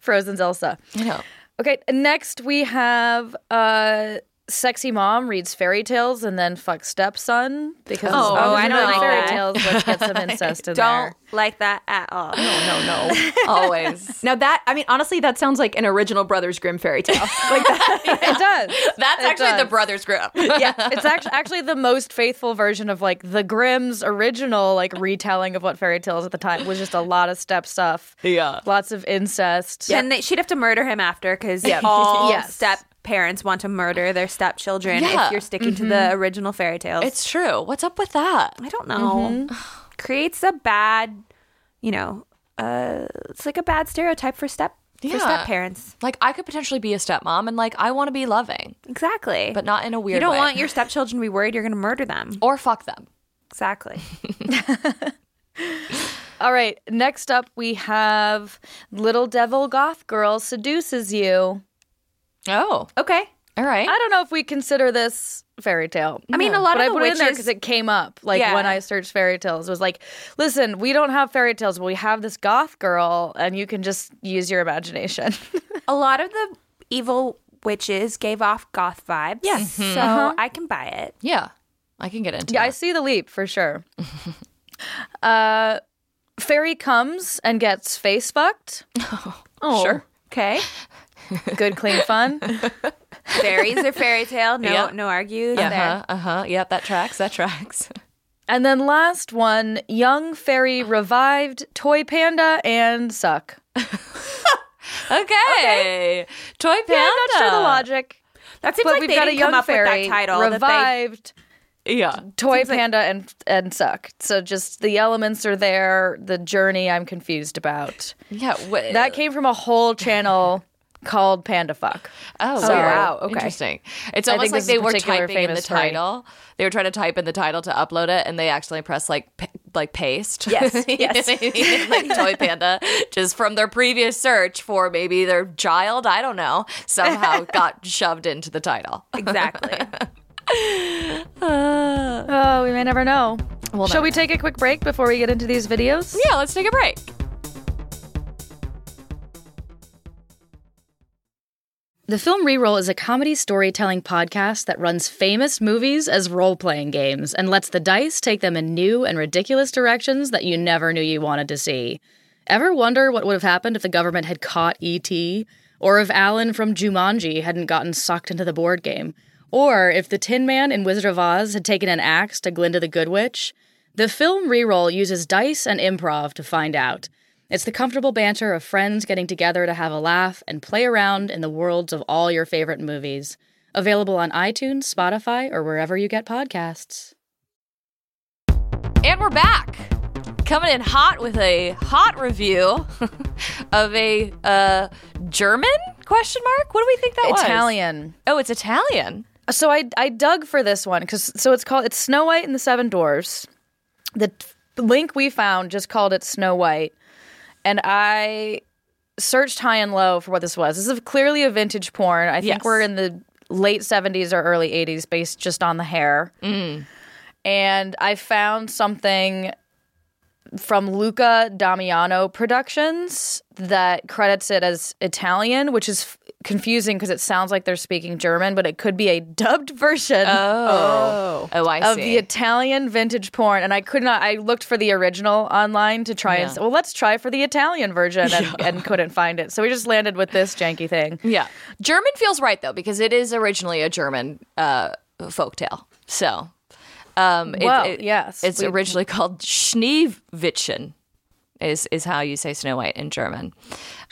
[SPEAKER 2] Frozen's Elsa.
[SPEAKER 3] You know,
[SPEAKER 2] Okay, next we have uh sexy mom reads fairy tales and then fucks stepson because
[SPEAKER 3] Oh,
[SPEAKER 2] it's
[SPEAKER 4] oh, I
[SPEAKER 2] about
[SPEAKER 4] don't like
[SPEAKER 2] fairy
[SPEAKER 4] that.
[SPEAKER 2] tales. Let's get some incest in
[SPEAKER 4] Don't
[SPEAKER 2] there.
[SPEAKER 4] like that at all.
[SPEAKER 5] No, no.
[SPEAKER 3] always.
[SPEAKER 5] Now that I mean, honestly, that sounds like an original Brothers Grimm fairy tale. Like that.
[SPEAKER 2] It does.
[SPEAKER 3] That's
[SPEAKER 2] It
[SPEAKER 3] actually the
[SPEAKER 2] does.
[SPEAKER 3] brothers group.
[SPEAKER 2] Yeah, it's actually actually the most faithful version of like the Grimm's original like retelling of what fairy tales at the time was just a lot of step stuff.
[SPEAKER 3] Yeah.
[SPEAKER 2] lots of incest.
[SPEAKER 4] And they, she'd have to murder him after because all
[SPEAKER 2] Yes.
[SPEAKER 4] step parents want to murder their stepchildren
[SPEAKER 3] Yeah.
[SPEAKER 4] if you're sticking to
[SPEAKER 5] Mm-hmm.
[SPEAKER 4] the original fairy tales.
[SPEAKER 3] It's true. What's up with that?
[SPEAKER 4] I don't know.
[SPEAKER 3] Mm-hmm.
[SPEAKER 4] Creates a bad, you know, uh, it's like a bad stereotype for step
[SPEAKER 3] Yeah.
[SPEAKER 4] for step parents.
[SPEAKER 3] Like I could potentially be a stepmom and like I want to be loving,
[SPEAKER 4] Exactly.
[SPEAKER 3] but not in a weird
[SPEAKER 4] you don't
[SPEAKER 3] way.
[SPEAKER 4] want your stepchildren to be worried you're going to murder them.
[SPEAKER 3] or fuck them.
[SPEAKER 4] Exactly.
[SPEAKER 2] All right, next up we have little devil goth girl seduces you.
[SPEAKER 3] Oh,
[SPEAKER 4] Okay.
[SPEAKER 3] all right.
[SPEAKER 2] I don't know if we consider this fairy tale.
[SPEAKER 4] I mean, a lot
[SPEAKER 2] but
[SPEAKER 4] of
[SPEAKER 2] I
[SPEAKER 4] the
[SPEAKER 2] put it in there
[SPEAKER 4] witches-
[SPEAKER 2] because it came up like
[SPEAKER 4] Yeah.
[SPEAKER 2] when I searched fairy tales. It was like, listen, we don't have fairy tales, but we have this goth girl, and you can just use your imagination.
[SPEAKER 4] A lot of the evil witches gave off goth vibes. Yes.
[SPEAKER 3] Mm-hmm.
[SPEAKER 4] So I
[SPEAKER 3] Uh-huh.
[SPEAKER 4] can buy it.
[SPEAKER 3] Yeah, I can get into.
[SPEAKER 2] yeah, I
[SPEAKER 3] that.
[SPEAKER 2] see the leap for sure. uh, fairy comes and gets face fucked.
[SPEAKER 4] Oh.
[SPEAKER 3] Sure.
[SPEAKER 4] Okay.
[SPEAKER 2] Good, clean fun.
[SPEAKER 4] Fairies are fairy tale. No,
[SPEAKER 3] Yeah.
[SPEAKER 4] no argues
[SPEAKER 3] Uh-huh,
[SPEAKER 4] there.
[SPEAKER 3] uh-huh. Yep, that tracks. That tracks.
[SPEAKER 2] and then last one, young fairy revived toy panda and suck.
[SPEAKER 3] Okay. Toy Panda.
[SPEAKER 2] Yeah, I'm not sure the logic.
[SPEAKER 4] That seems
[SPEAKER 2] but
[SPEAKER 4] like
[SPEAKER 2] we've
[SPEAKER 4] they
[SPEAKER 2] got
[SPEAKER 4] didn't
[SPEAKER 2] a young
[SPEAKER 4] come up
[SPEAKER 2] fairy
[SPEAKER 4] with that title. that they-
[SPEAKER 2] revived.
[SPEAKER 3] Yeah.
[SPEAKER 2] Toy Panda and and suck. So just the elements are there. The journey I'm confused about.
[SPEAKER 3] Yeah. wh-
[SPEAKER 2] That came from a whole channel called Panda Fuck.
[SPEAKER 3] Oh,
[SPEAKER 2] So-
[SPEAKER 3] wow.
[SPEAKER 2] wow,
[SPEAKER 3] Okay.
[SPEAKER 2] okay.
[SPEAKER 3] Interesting. It's
[SPEAKER 2] I
[SPEAKER 3] almost
[SPEAKER 2] think
[SPEAKER 3] like
[SPEAKER 2] this
[SPEAKER 3] they
[SPEAKER 2] is a
[SPEAKER 3] were
[SPEAKER 2] particular
[SPEAKER 3] typing in the
[SPEAKER 2] famous story.
[SPEAKER 3] title. They were trying to type in the title to upload it, and they accidentally pressed like p- like paste.
[SPEAKER 5] Yes, yes.
[SPEAKER 3] like Toy Panda, just from their previous search for maybe their child. I don't know. Somehow got shoved into the title.
[SPEAKER 4] Exactly.
[SPEAKER 2] Oh, we may never know.
[SPEAKER 3] We'll
[SPEAKER 2] Shall we
[SPEAKER 3] never
[SPEAKER 2] take a quick break before we get into these videos?
[SPEAKER 3] Yeah. Let's take a break.
[SPEAKER 2] The Film Reroll is a comedy storytelling podcast that runs famous movies as role playing games and lets the dice take them in new and ridiculous directions that you never knew you wanted to see. Ever wonder what would have happened if the government had caught E.T.? Or if Alan from Jumanji hadn't gotten sucked into the board game? Or if the Tin Man in Wizard of Oz had taken an axe to Glinda the Good Witch? The Film Reroll uses dice and improv to find out. It's the comfortable banter of friends getting together to have a laugh and play around in the worlds of all your favorite movies. Available on iTunes, Spotify, or wherever you get podcasts.
[SPEAKER 3] And we're back. Coming in hot with a hot review of a uh, German question mark. What do we think that was?
[SPEAKER 2] Italian.
[SPEAKER 3] Oh, it's Italian.
[SPEAKER 2] So I I dug for this one because so it's called it's Snow White and the Seven Dwarfs. The t- link we found just called it Snow White, and I searched high and low for what this was. This is clearly a vintage porn. I think
[SPEAKER 3] Yes.
[SPEAKER 2] we're in the late seventies or early eighties, based just on the hair. And I found something from Luca Damiano Productions that credits it as Italian, which is f- confusing because it sounds like they're speaking German, but it could be a dubbed version
[SPEAKER 3] Oh, I
[SPEAKER 2] of the
[SPEAKER 3] see.
[SPEAKER 2] Italian vintage porn. And I could not, I looked for the original online to try and,
[SPEAKER 3] Yeah.
[SPEAKER 2] s- well, let's try for the Italian version and, and couldn't find it. So we just landed with this janky thing.
[SPEAKER 3] yeah, German feels right though because it is originally a German uh, folktale. So, um, it-
[SPEAKER 2] Well,
[SPEAKER 3] it-
[SPEAKER 2] yes,
[SPEAKER 3] it's
[SPEAKER 2] we-
[SPEAKER 3] originally called Schneewittchen. Is is how you say Snow White in German?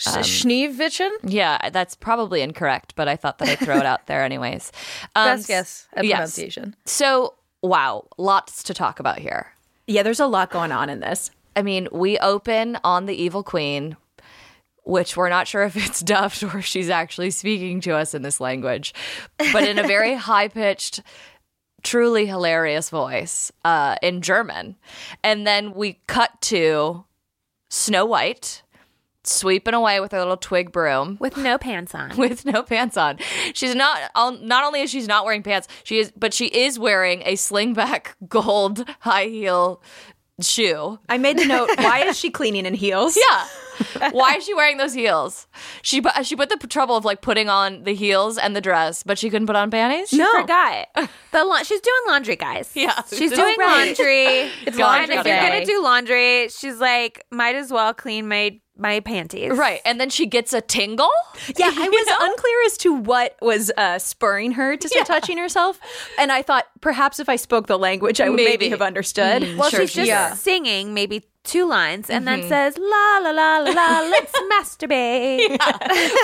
[SPEAKER 2] Um, Schneewittchen?
[SPEAKER 3] Yeah, that's probably incorrect, but I thought that I'd throw it out there anyways. Um,
[SPEAKER 2] Best guess at
[SPEAKER 3] yes.
[SPEAKER 2] pronunciation.
[SPEAKER 3] So, wow, lots to talk about here.
[SPEAKER 5] Yeah, there's a lot going on in this.
[SPEAKER 3] I mean, we open on the Evil Queen, which we're not sure if it's dubbed or if she's actually speaking to us in this language, but in a very high pitched, truly hilarious voice uh, in German. And then we cut to Snow White sweeping away with her little twig broom
[SPEAKER 4] with no pants on.
[SPEAKER 3] with no pants on. She's not all, not only is she's not wearing pants, she is but she is wearing a slingback gold high heel shoe.
[SPEAKER 5] I made the note. Why is she cleaning in heels?
[SPEAKER 3] Yeah. Why is she wearing those heels? She bu- she put the trouble of like putting on the heels and the dress, but she couldn't put on panties.
[SPEAKER 4] No. Forgot Oh. the la- she's doing laundry, guys.
[SPEAKER 3] Yeah.
[SPEAKER 4] she's
[SPEAKER 3] Oh,
[SPEAKER 4] doing
[SPEAKER 3] right.
[SPEAKER 4] laundry. it's
[SPEAKER 3] laundry
[SPEAKER 4] And if you're
[SPEAKER 3] day.
[SPEAKER 4] gonna do laundry, she's like, might as well clean my my panties.
[SPEAKER 3] Right, and then she gets a tingle.
[SPEAKER 5] Yeah, I
[SPEAKER 3] You
[SPEAKER 5] was
[SPEAKER 3] know?
[SPEAKER 5] unclear as to what was uh, spurring her to start touching herself, and I thought perhaps if I spoke the language, I would maybe, Mm.
[SPEAKER 3] Maybe.
[SPEAKER 5] have understood.
[SPEAKER 4] Well,
[SPEAKER 3] Sure, Mm-hmm.
[SPEAKER 4] she's just
[SPEAKER 2] yeah.
[SPEAKER 4] singing maybe two lines and then says la la la la la. Let's masturbate.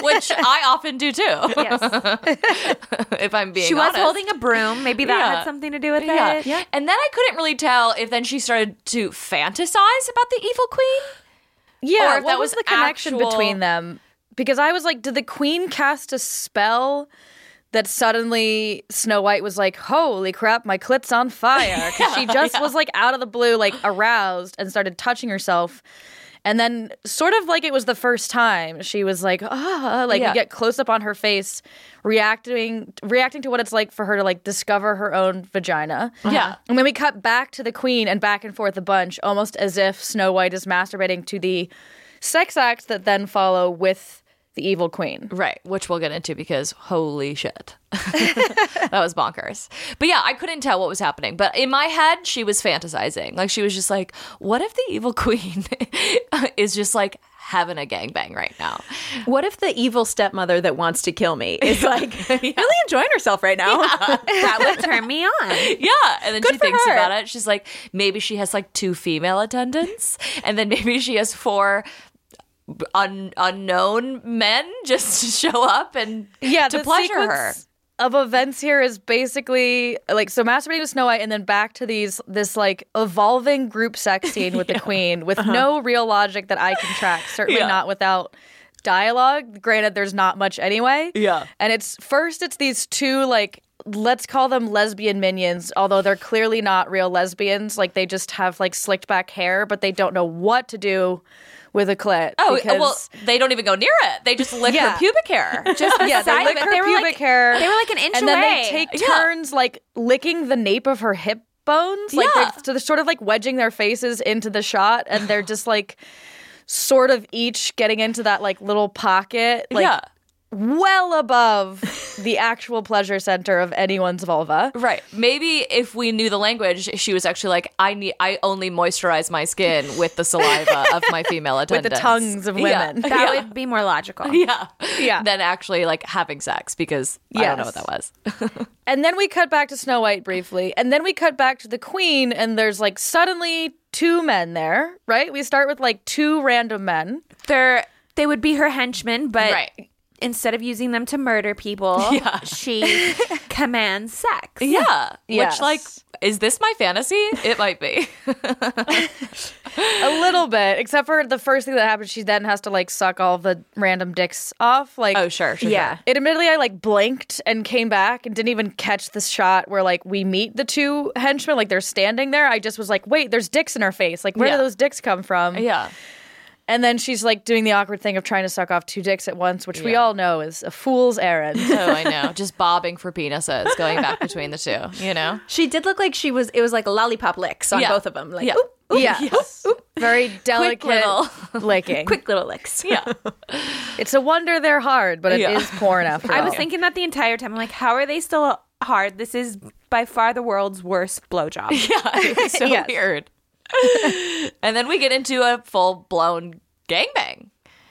[SPEAKER 3] which I often do too.
[SPEAKER 4] Yes.
[SPEAKER 3] If I'm being
[SPEAKER 4] She was
[SPEAKER 3] honest.
[SPEAKER 4] holding a broom. Maybe that
[SPEAKER 3] Yeah.
[SPEAKER 4] had something to do with
[SPEAKER 3] yeah.
[SPEAKER 4] it.
[SPEAKER 3] and then I couldn't really tell if then she started to fantasize about the evil queen.
[SPEAKER 2] Yeah,
[SPEAKER 3] Or if
[SPEAKER 2] what
[SPEAKER 3] that
[SPEAKER 2] was,
[SPEAKER 3] was
[SPEAKER 2] the connection
[SPEAKER 3] actual-
[SPEAKER 2] between them? Because I was like, did the queen cast a spell that suddenly Snow White was like, holy crap, my clit's on fire? 'Cause she just was like out of the blue, like aroused and started touching herself. And then, sort of like it was the first time, she was like, ah, like
[SPEAKER 3] Yeah.
[SPEAKER 2] we get close up on her face, reacting, reacting to what it's like for her to like discover her own vagina.
[SPEAKER 3] Yeah.
[SPEAKER 2] And then we cut back to the queen and back and forth a bunch, almost as if Snow White is masturbating to the sex acts that then follow with the evil queen.
[SPEAKER 3] Right, which we'll get into because holy shit. that was bonkers. But yeah, I couldn't tell what was happening. But in my head, she was fantasizing. Like she was just like, what if the evil queen is just like having a gangbang right now?
[SPEAKER 5] What if the evil stepmother that wants to kill me is like really enjoying herself right now?
[SPEAKER 4] That would turn me on.
[SPEAKER 3] Yeah. And then she
[SPEAKER 5] for
[SPEAKER 3] thinks
[SPEAKER 5] her.
[SPEAKER 3] about it. She's like, maybe she has like two female attendants, and then maybe she has four un- unknown men just to show up and
[SPEAKER 2] Yeah,
[SPEAKER 3] to
[SPEAKER 2] the
[SPEAKER 3] pleasure her.
[SPEAKER 2] sequence Of events here is basically like so masturbating to Snow White and then back to these this like evolving group sex scene with the queen with no real logic that I can track. Certainly
[SPEAKER 3] Uh-huh. Yeah.
[SPEAKER 2] not without dialogue. Granted, there's not much anyway.
[SPEAKER 3] Yeah.
[SPEAKER 2] And it's first it's these two like let's call them lesbian minions, although they're clearly not real lesbians. Like they just have like slicked back hair, but they don't know what to do with a clit.
[SPEAKER 3] Oh,
[SPEAKER 2] because-
[SPEAKER 3] well, they don't even go near it. They just lick
[SPEAKER 2] Yeah.
[SPEAKER 3] her pubic hair.
[SPEAKER 4] Just the
[SPEAKER 2] yeah, they
[SPEAKER 4] side
[SPEAKER 2] lick
[SPEAKER 4] of it.
[SPEAKER 2] her
[SPEAKER 4] They were
[SPEAKER 2] pubic
[SPEAKER 4] like-
[SPEAKER 2] hair.
[SPEAKER 4] They were like an inch
[SPEAKER 2] and
[SPEAKER 4] away.
[SPEAKER 2] then they take
[SPEAKER 3] Yeah.
[SPEAKER 2] turns like licking the nape of her hip bones. Like
[SPEAKER 3] Yeah.
[SPEAKER 2] they're, so they're sort of like wedging their faces into the shot, and they're just like sort of each getting into that like little pocket, like
[SPEAKER 3] yeah.
[SPEAKER 2] well above the actual pleasure center of anyone's vulva.
[SPEAKER 3] Right. Maybe if we knew the language, she was actually like, I need I only moisturize my skin with the saliva of my female
[SPEAKER 2] With
[SPEAKER 3] attendants.
[SPEAKER 2] the tongues of
[SPEAKER 3] Yeah.
[SPEAKER 2] women.
[SPEAKER 4] That would be more logical.
[SPEAKER 3] Yeah.
[SPEAKER 2] Yeah.
[SPEAKER 3] Than actually like having sex because I don't know what
[SPEAKER 2] Yes.
[SPEAKER 3] that was.
[SPEAKER 2] And then we cut back to Snow White briefly, and then we cut back to the Queen, and there's like suddenly two men there, right? We start with like two random men.
[SPEAKER 4] They're they would be her henchmen, but
[SPEAKER 3] Right.
[SPEAKER 4] instead of using them to murder people, she commands sex.
[SPEAKER 3] Yeah.
[SPEAKER 2] Yes.
[SPEAKER 3] Which like is this my fantasy? It might be.
[SPEAKER 2] A little bit, except for the first thing that happens, she then has to like suck all the random dicks off. Like,
[SPEAKER 3] Oh, sure. sure
[SPEAKER 5] Yeah.
[SPEAKER 3] sure.
[SPEAKER 2] It admittedly, I like blanked and came back and didn't even catch the shot where like we meet the two henchmen, like they're standing there. I just was like, wait, there's dicks in her face. Like, where
[SPEAKER 3] Yeah.
[SPEAKER 2] do those dicks come from?
[SPEAKER 3] Yeah.
[SPEAKER 2] And then she's like doing the awkward thing of trying to suck off two dicks at once, which we all know is a fool's errand.
[SPEAKER 3] Oh, I know. Just bobbing for penises, going back between the two. You know.
[SPEAKER 5] She did look like she was. It was like lollipop licks on
[SPEAKER 3] Yeah.
[SPEAKER 5] both of them. Like
[SPEAKER 3] Yeah.
[SPEAKER 5] oop, oop,
[SPEAKER 2] yeah. Very delicate
[SPEAKER 3] little-
[SPEAKER 2] licking.
[SPEAKER 5] quick little licks. Yeah.
[SPEAKER 2] It's a wonder they're hard, but it is
[SPEAKER 3] Yeah.
[SPEAKER 2] porn after
[SPEAKER 4] I
[SPEAKER 2] all.
[SPEAKER 4] was thinking that the entire time. I'm like, how are they still hard? This is by far the world's worst blowjob.
[SPEAKER 3] It's so
[SPEAKER 2] Yes.
[SPEAKER 3] weird. and then we get into a full blown gangbang.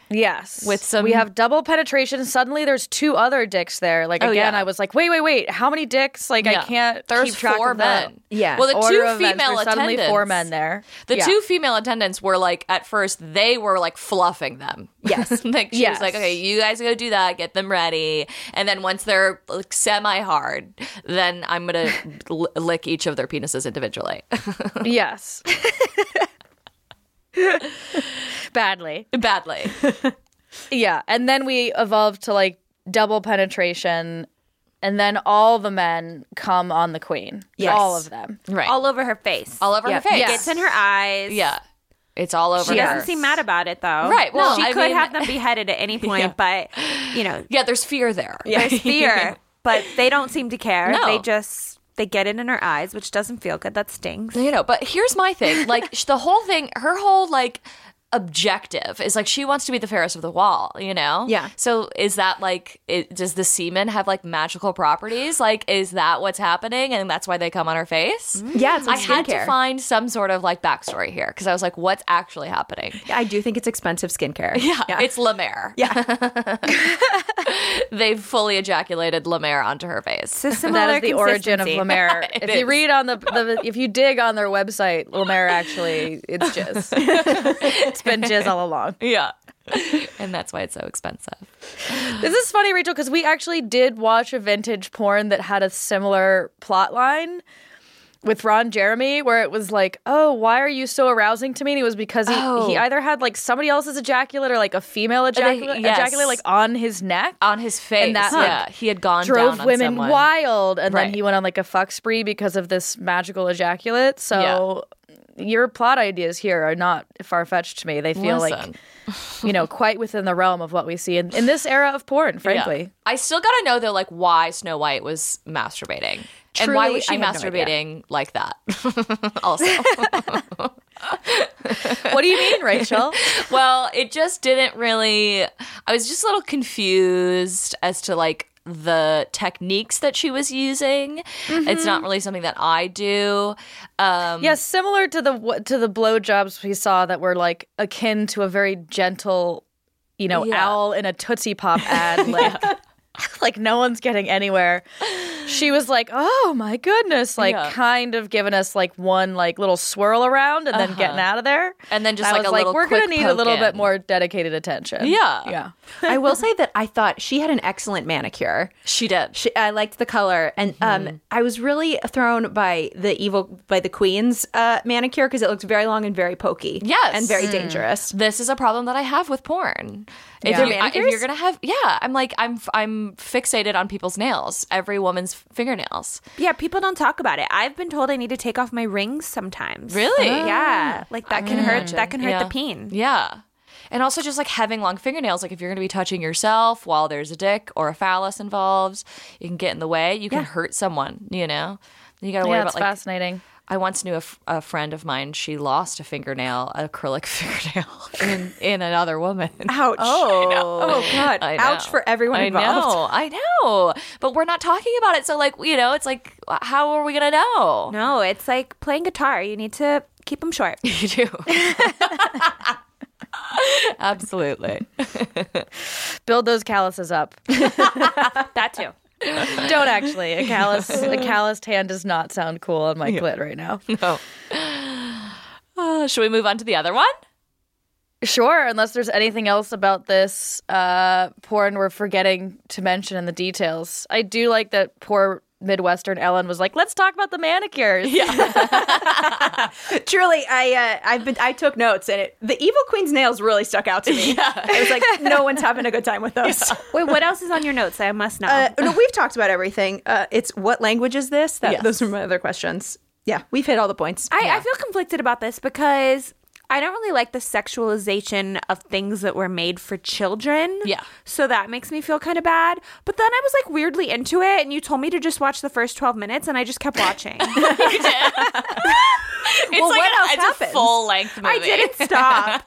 [SPEAKER 2] Yes.
[SPEAKER 3] With some-
[SPEAKER 2] We have double penetration. Suddenly there's two other dicks there. Like,
[SPEAKER 3] Oh,
[SPEAKER 2] again,
[SPEAKER 3] yeah.
[SPEAKER 2] I was like, wait, wait, wait. How many dicks? Like,
[SPEAKER 3] Yeah.
[SPEAKER 2] I can't.
[SPEAKER 3] There's
[SPEAKER 2] keep track
[SPEAKER 3] four
[SPEAKER 2] of them.
[SPEAKER 3] men.
[SPEAKER 2] Yeah.
[SPEAKER 3] Well, the two
[SPEAKER 2] Order of events,
[SPEAKER 3] female
[SPEAKER 2] there's suddenly four
[SPEAKER 3] attendants-
[SPEAKER 2] men there.
[SPEAKER 3] The
[SPEAKER 2] Yeah.
[SPEAKER 3] two female attendants were like, at first, they were like fluffing them. Yes. like, she
[SPEAKER 2] Yes.
[SPEAKER 3] was like, okay, you guys go do that, get them ready. And then once they're like semi hard, then I'm going to l- lick each of their penises individually.
[SPEAKER 2] Yes. Badly.
[SPEAKER 3] Badly.
[SPEAKER 2] Yeah. And then we evolve to like double penetration. And then all the men come on the queen.
[SPEAKER 5] Yes.
[SPEAKER 2] All of them.
[SPEAKER 3] Right. All,
[SPEAKER 4] All over her face.
[SPEAKER 3] over
[SPEAKER 5] Yeah.
[SPEAKER 3] her face.
[SPEAKER 2] Yes.
[SPEAKER 4] It's in her eyes.
[SPEAKER 3] Yeah. It's all over
[SPEAKER 4] She
[SPEAKER 3] her.
[SPEAKER 4] doesn't seem mad about it though.
[SPEAKER 3] Right, well,
[SPEAKER 4] she
[SPEAKER 3] I
[SPEAKER 4] could
[SPEAKER 3] mean-
[SPEAKER 4] have them beheaded at any point, but you know,
[SPEAKER 3] yeah, there's fear there.
[SPEAKER 4] there's fear. but they don't seem to care.
[SPEAKER 3] No.
[SPEAKER 4] They just they get it in her eyes, which doesn't feel good. That stings.
[SPEAKER 3] You know, but here's my thing. Like sh- the whole thing, her whole like objective is like she wants to be the fairest of the wall. You know.
[SPEAKER 5] Yeah.
[SPEAKER 3] So is that like it, does the semen have like magical properties? Like is that what's happening and that's why they come on her face?
[SPEAKER 5] Yeah, Mm-hmm. it's
[SPEAKER 3] I
[SPEAKER 5] like
[SPEAKER 3] had to
[SPEAKER 5] skincare.
[SPEAKER 3] find some sort of like backstory here because I was like, what's actually happening?
[SPEAKER 5] I do think it's expensive skincare.
[SPEAKER 3] Yeah, it's Lemaire.
[SPEAKER 5] Yeah.
[SPEAKER 3] They've fully ejaculated Lemaire onto her face.
[SPEAKER 4] So similar
[SPEAKER 2] That is the origin of
[SPEAKER 4] consistency.
[SPEAKER 2] Lemaire. if
[SPEAKER 3] is.
[SPEAKER 2] you read on the, the if you dig on their website, Lemaire actually it's jizz. it's been jizz all along.
[SPEAKER 3] Yeah. and that's why it's so expensive.
[SPEAKER 2] This is funny, Rachel, because we actually did watch a vintage porn that had a similar plot line with Ron Jeremy, where it was like, "Oh, why are you so arousing to me?" And it was because he,
[SPEAKER 3] Oh.
[SPEAKER 2] he either had like somebody else's ejaculate or like a female ejaculate,
[SPEAKER 3] yes.
[SPEAKER 2] ejaculate like on his neck.
[SPEAKER 3] On his face.
[SPEAKER 2] that, like,
[SPEAKER 3] yeah. he had gone
[SPEAKER 2] drove
[SPEAKER 3] down on
[SPEAKER 2] women
[SPEAKER 3] someone.
[SPEAKER 2] wild and
[SPEAKER 3] Right.
[SPEAKER 2] then he went on like a fuck spree because of this magical ejaculate so your plot ideas here are not far-fetched to me they feel
[SPEAKER 3] Listen.
[SPEAKER 2] like you know quite within the realm of what we see in, in this era of porn
[SPEAKER 3] Yeah.
[SPEAKER 2] frankly
[SPEAKER 3] I still gotta know though, like why Snow White was masturbating. and why
[SPEAKER 5] Truly,
[SPEAKER 3] was she
[SPEAKER 5] I have no idea.
[SPEAKER 3] masturbating like that? also,
[SPEAKER 2] what do you mean rachel
[SPEAKER 3] well, it just didn't really. I was just a little confused as to like the techniques that she was using. It's not really something that I do. Um,
[SPEAKER 2] Mm-hmm. yeah similar to the wh- to the blowjobs we saw that were like akin to a very gentle you know
[SPEAKER 3] Yeah.
[SPEAKER 2] owl in a tootsie pop ad like like no one's getting anywhere she was like oh my goodness like
[SPEAKER 3] Yeah.
[SPEAKER 2] kind of giving us like one like little swirl around and then getting out of there
[SPEAKER 3] Uh-huh. And then just,
[SPEAKER 2] I
[SPEAKER 3] like,
[SPEAKER 2] was
[SPEAKER 3] a
[SPEAKER 2] like
[SPEAKER 3] little
[SPEAKER 2] we're gonna
[SPEAKER 3] quick
[SPEAKER 2] need a
[SPEAKER 3] poke
[SPEAKER 2] little bit
[SPEAKER 3] in."
[SPEAKER 2] more dedicated attention
[SPEAKER 3] Yeah.
[SPEAKER 2] yeah
[SPEAKER 5] I will say that I thought she had an excellent manicure.
[SPEAKER 3] she did.
[SPEAKER 5] She, I liked the color, and um, I was really thrown by the evil by the queen's uh, manicure because it looks very long and very pokey.
[SPEAKER 3] Yes.
[SPEAKER 5] and very dangerous.
[SPEAKER 3] this is a problem that I have with porn. If,
[SPEAKER 2] Their
[SPEAKER 3] you, I- if
[SPEAKER 5] manicures?
[SPEAKER 3] you're gonna have, yeah, I'm like I'm I'm fixated on people's nails, every woman's fingernails.
[SPEAKER 4] Yeah, people don't talk about it. I've been told I need to take off my rings sometimes.
[SPEAKER 3] Really?
[SPEAKER 4] Yeah. Like that can hurt that can hurt
[SPEAKER 3] Yeah.
[SPEAKER 4] the peen.
[SPEAKER 3] Yeah. And also just like having long fingernails, like if you're going to be touching yourself while there's a dick or a phallus involved, you can get in the way. You can hurt someone, you know? You got to worry
[SPEAKER 2] yeah
[SPEAKER 3] about
[SPEAKER 2] it's
[SPEAKER 3] like.
[SPEAKER 2] fascinating
[SPEAKER 3] I once knew a, f- a friend of mine, she lost a fingernail, acrylic fingernail, in, in another woman.
[SPEAKER 5] Ouch! Oh, oh God!
[SPEAKER 3] I
[SPEAKER 5] Ouch
[SPEAKER 3] know.
[SPEAKER 5] for everyone involved.
[SPEAKER 3] I know. I know. But we're not talking about it. So, like, you know, it's like, uh, how are we going to know?
[SPEAKER 4] No, it's like playing guitar. You need to keep them short.
[SPEAKER 3] You do. Absolutely.
[SPEAKER 2] build those calluses up
[SPEAKER 4] that too.
[SPEAKER 2] don't actually a callus a calloused hand does not sound cool on my clit right now
[SPEAKER 3] Oh. Uh, should we move on to the other one?
[SPEAKER 2] Sure, unless there's anything else about this uh, porn we're forgetting to mention in the details. I do like that poor Midwestern Ellen was like, let's talk about the manicures. Yeah.
[SPEAKER 5] Truly, I uh, I've been I took notes, and it, the evil queen's nails really stuck out to me. It was like no one's having a good time with those.
[SPEAKER 4] Wait, what else is on your notes? I must know.
[SPEAKER 5] Uh, no, we've talked about everything. Uh, it's what language is this? That
[SPEAKER 3] Yes.
[SPEAKER 5] those are my other questions. Yeah, we've hit all the points.
[SPEAKER 4] I, I feel conflicted about this because I don't really like the sexualization of things that were made for children.
[SPEAKER 3] Yeah.
[SPEAKER 4] So that makes me feel kind of bad. But then I was like weirdly into it, and you told me to just watch the first 12 minutes, and I just kept watching.
[SPEAKER 3] It's like
[SPEAKER 5] what
[SPEAKER 3] a,
[SPEAKER 5] else
[SPEAKER 3] it's
[SPEAKER 5] happens?
[SPEAKER 3] a full length movie.
[SPEAKER 4] I didn't stop.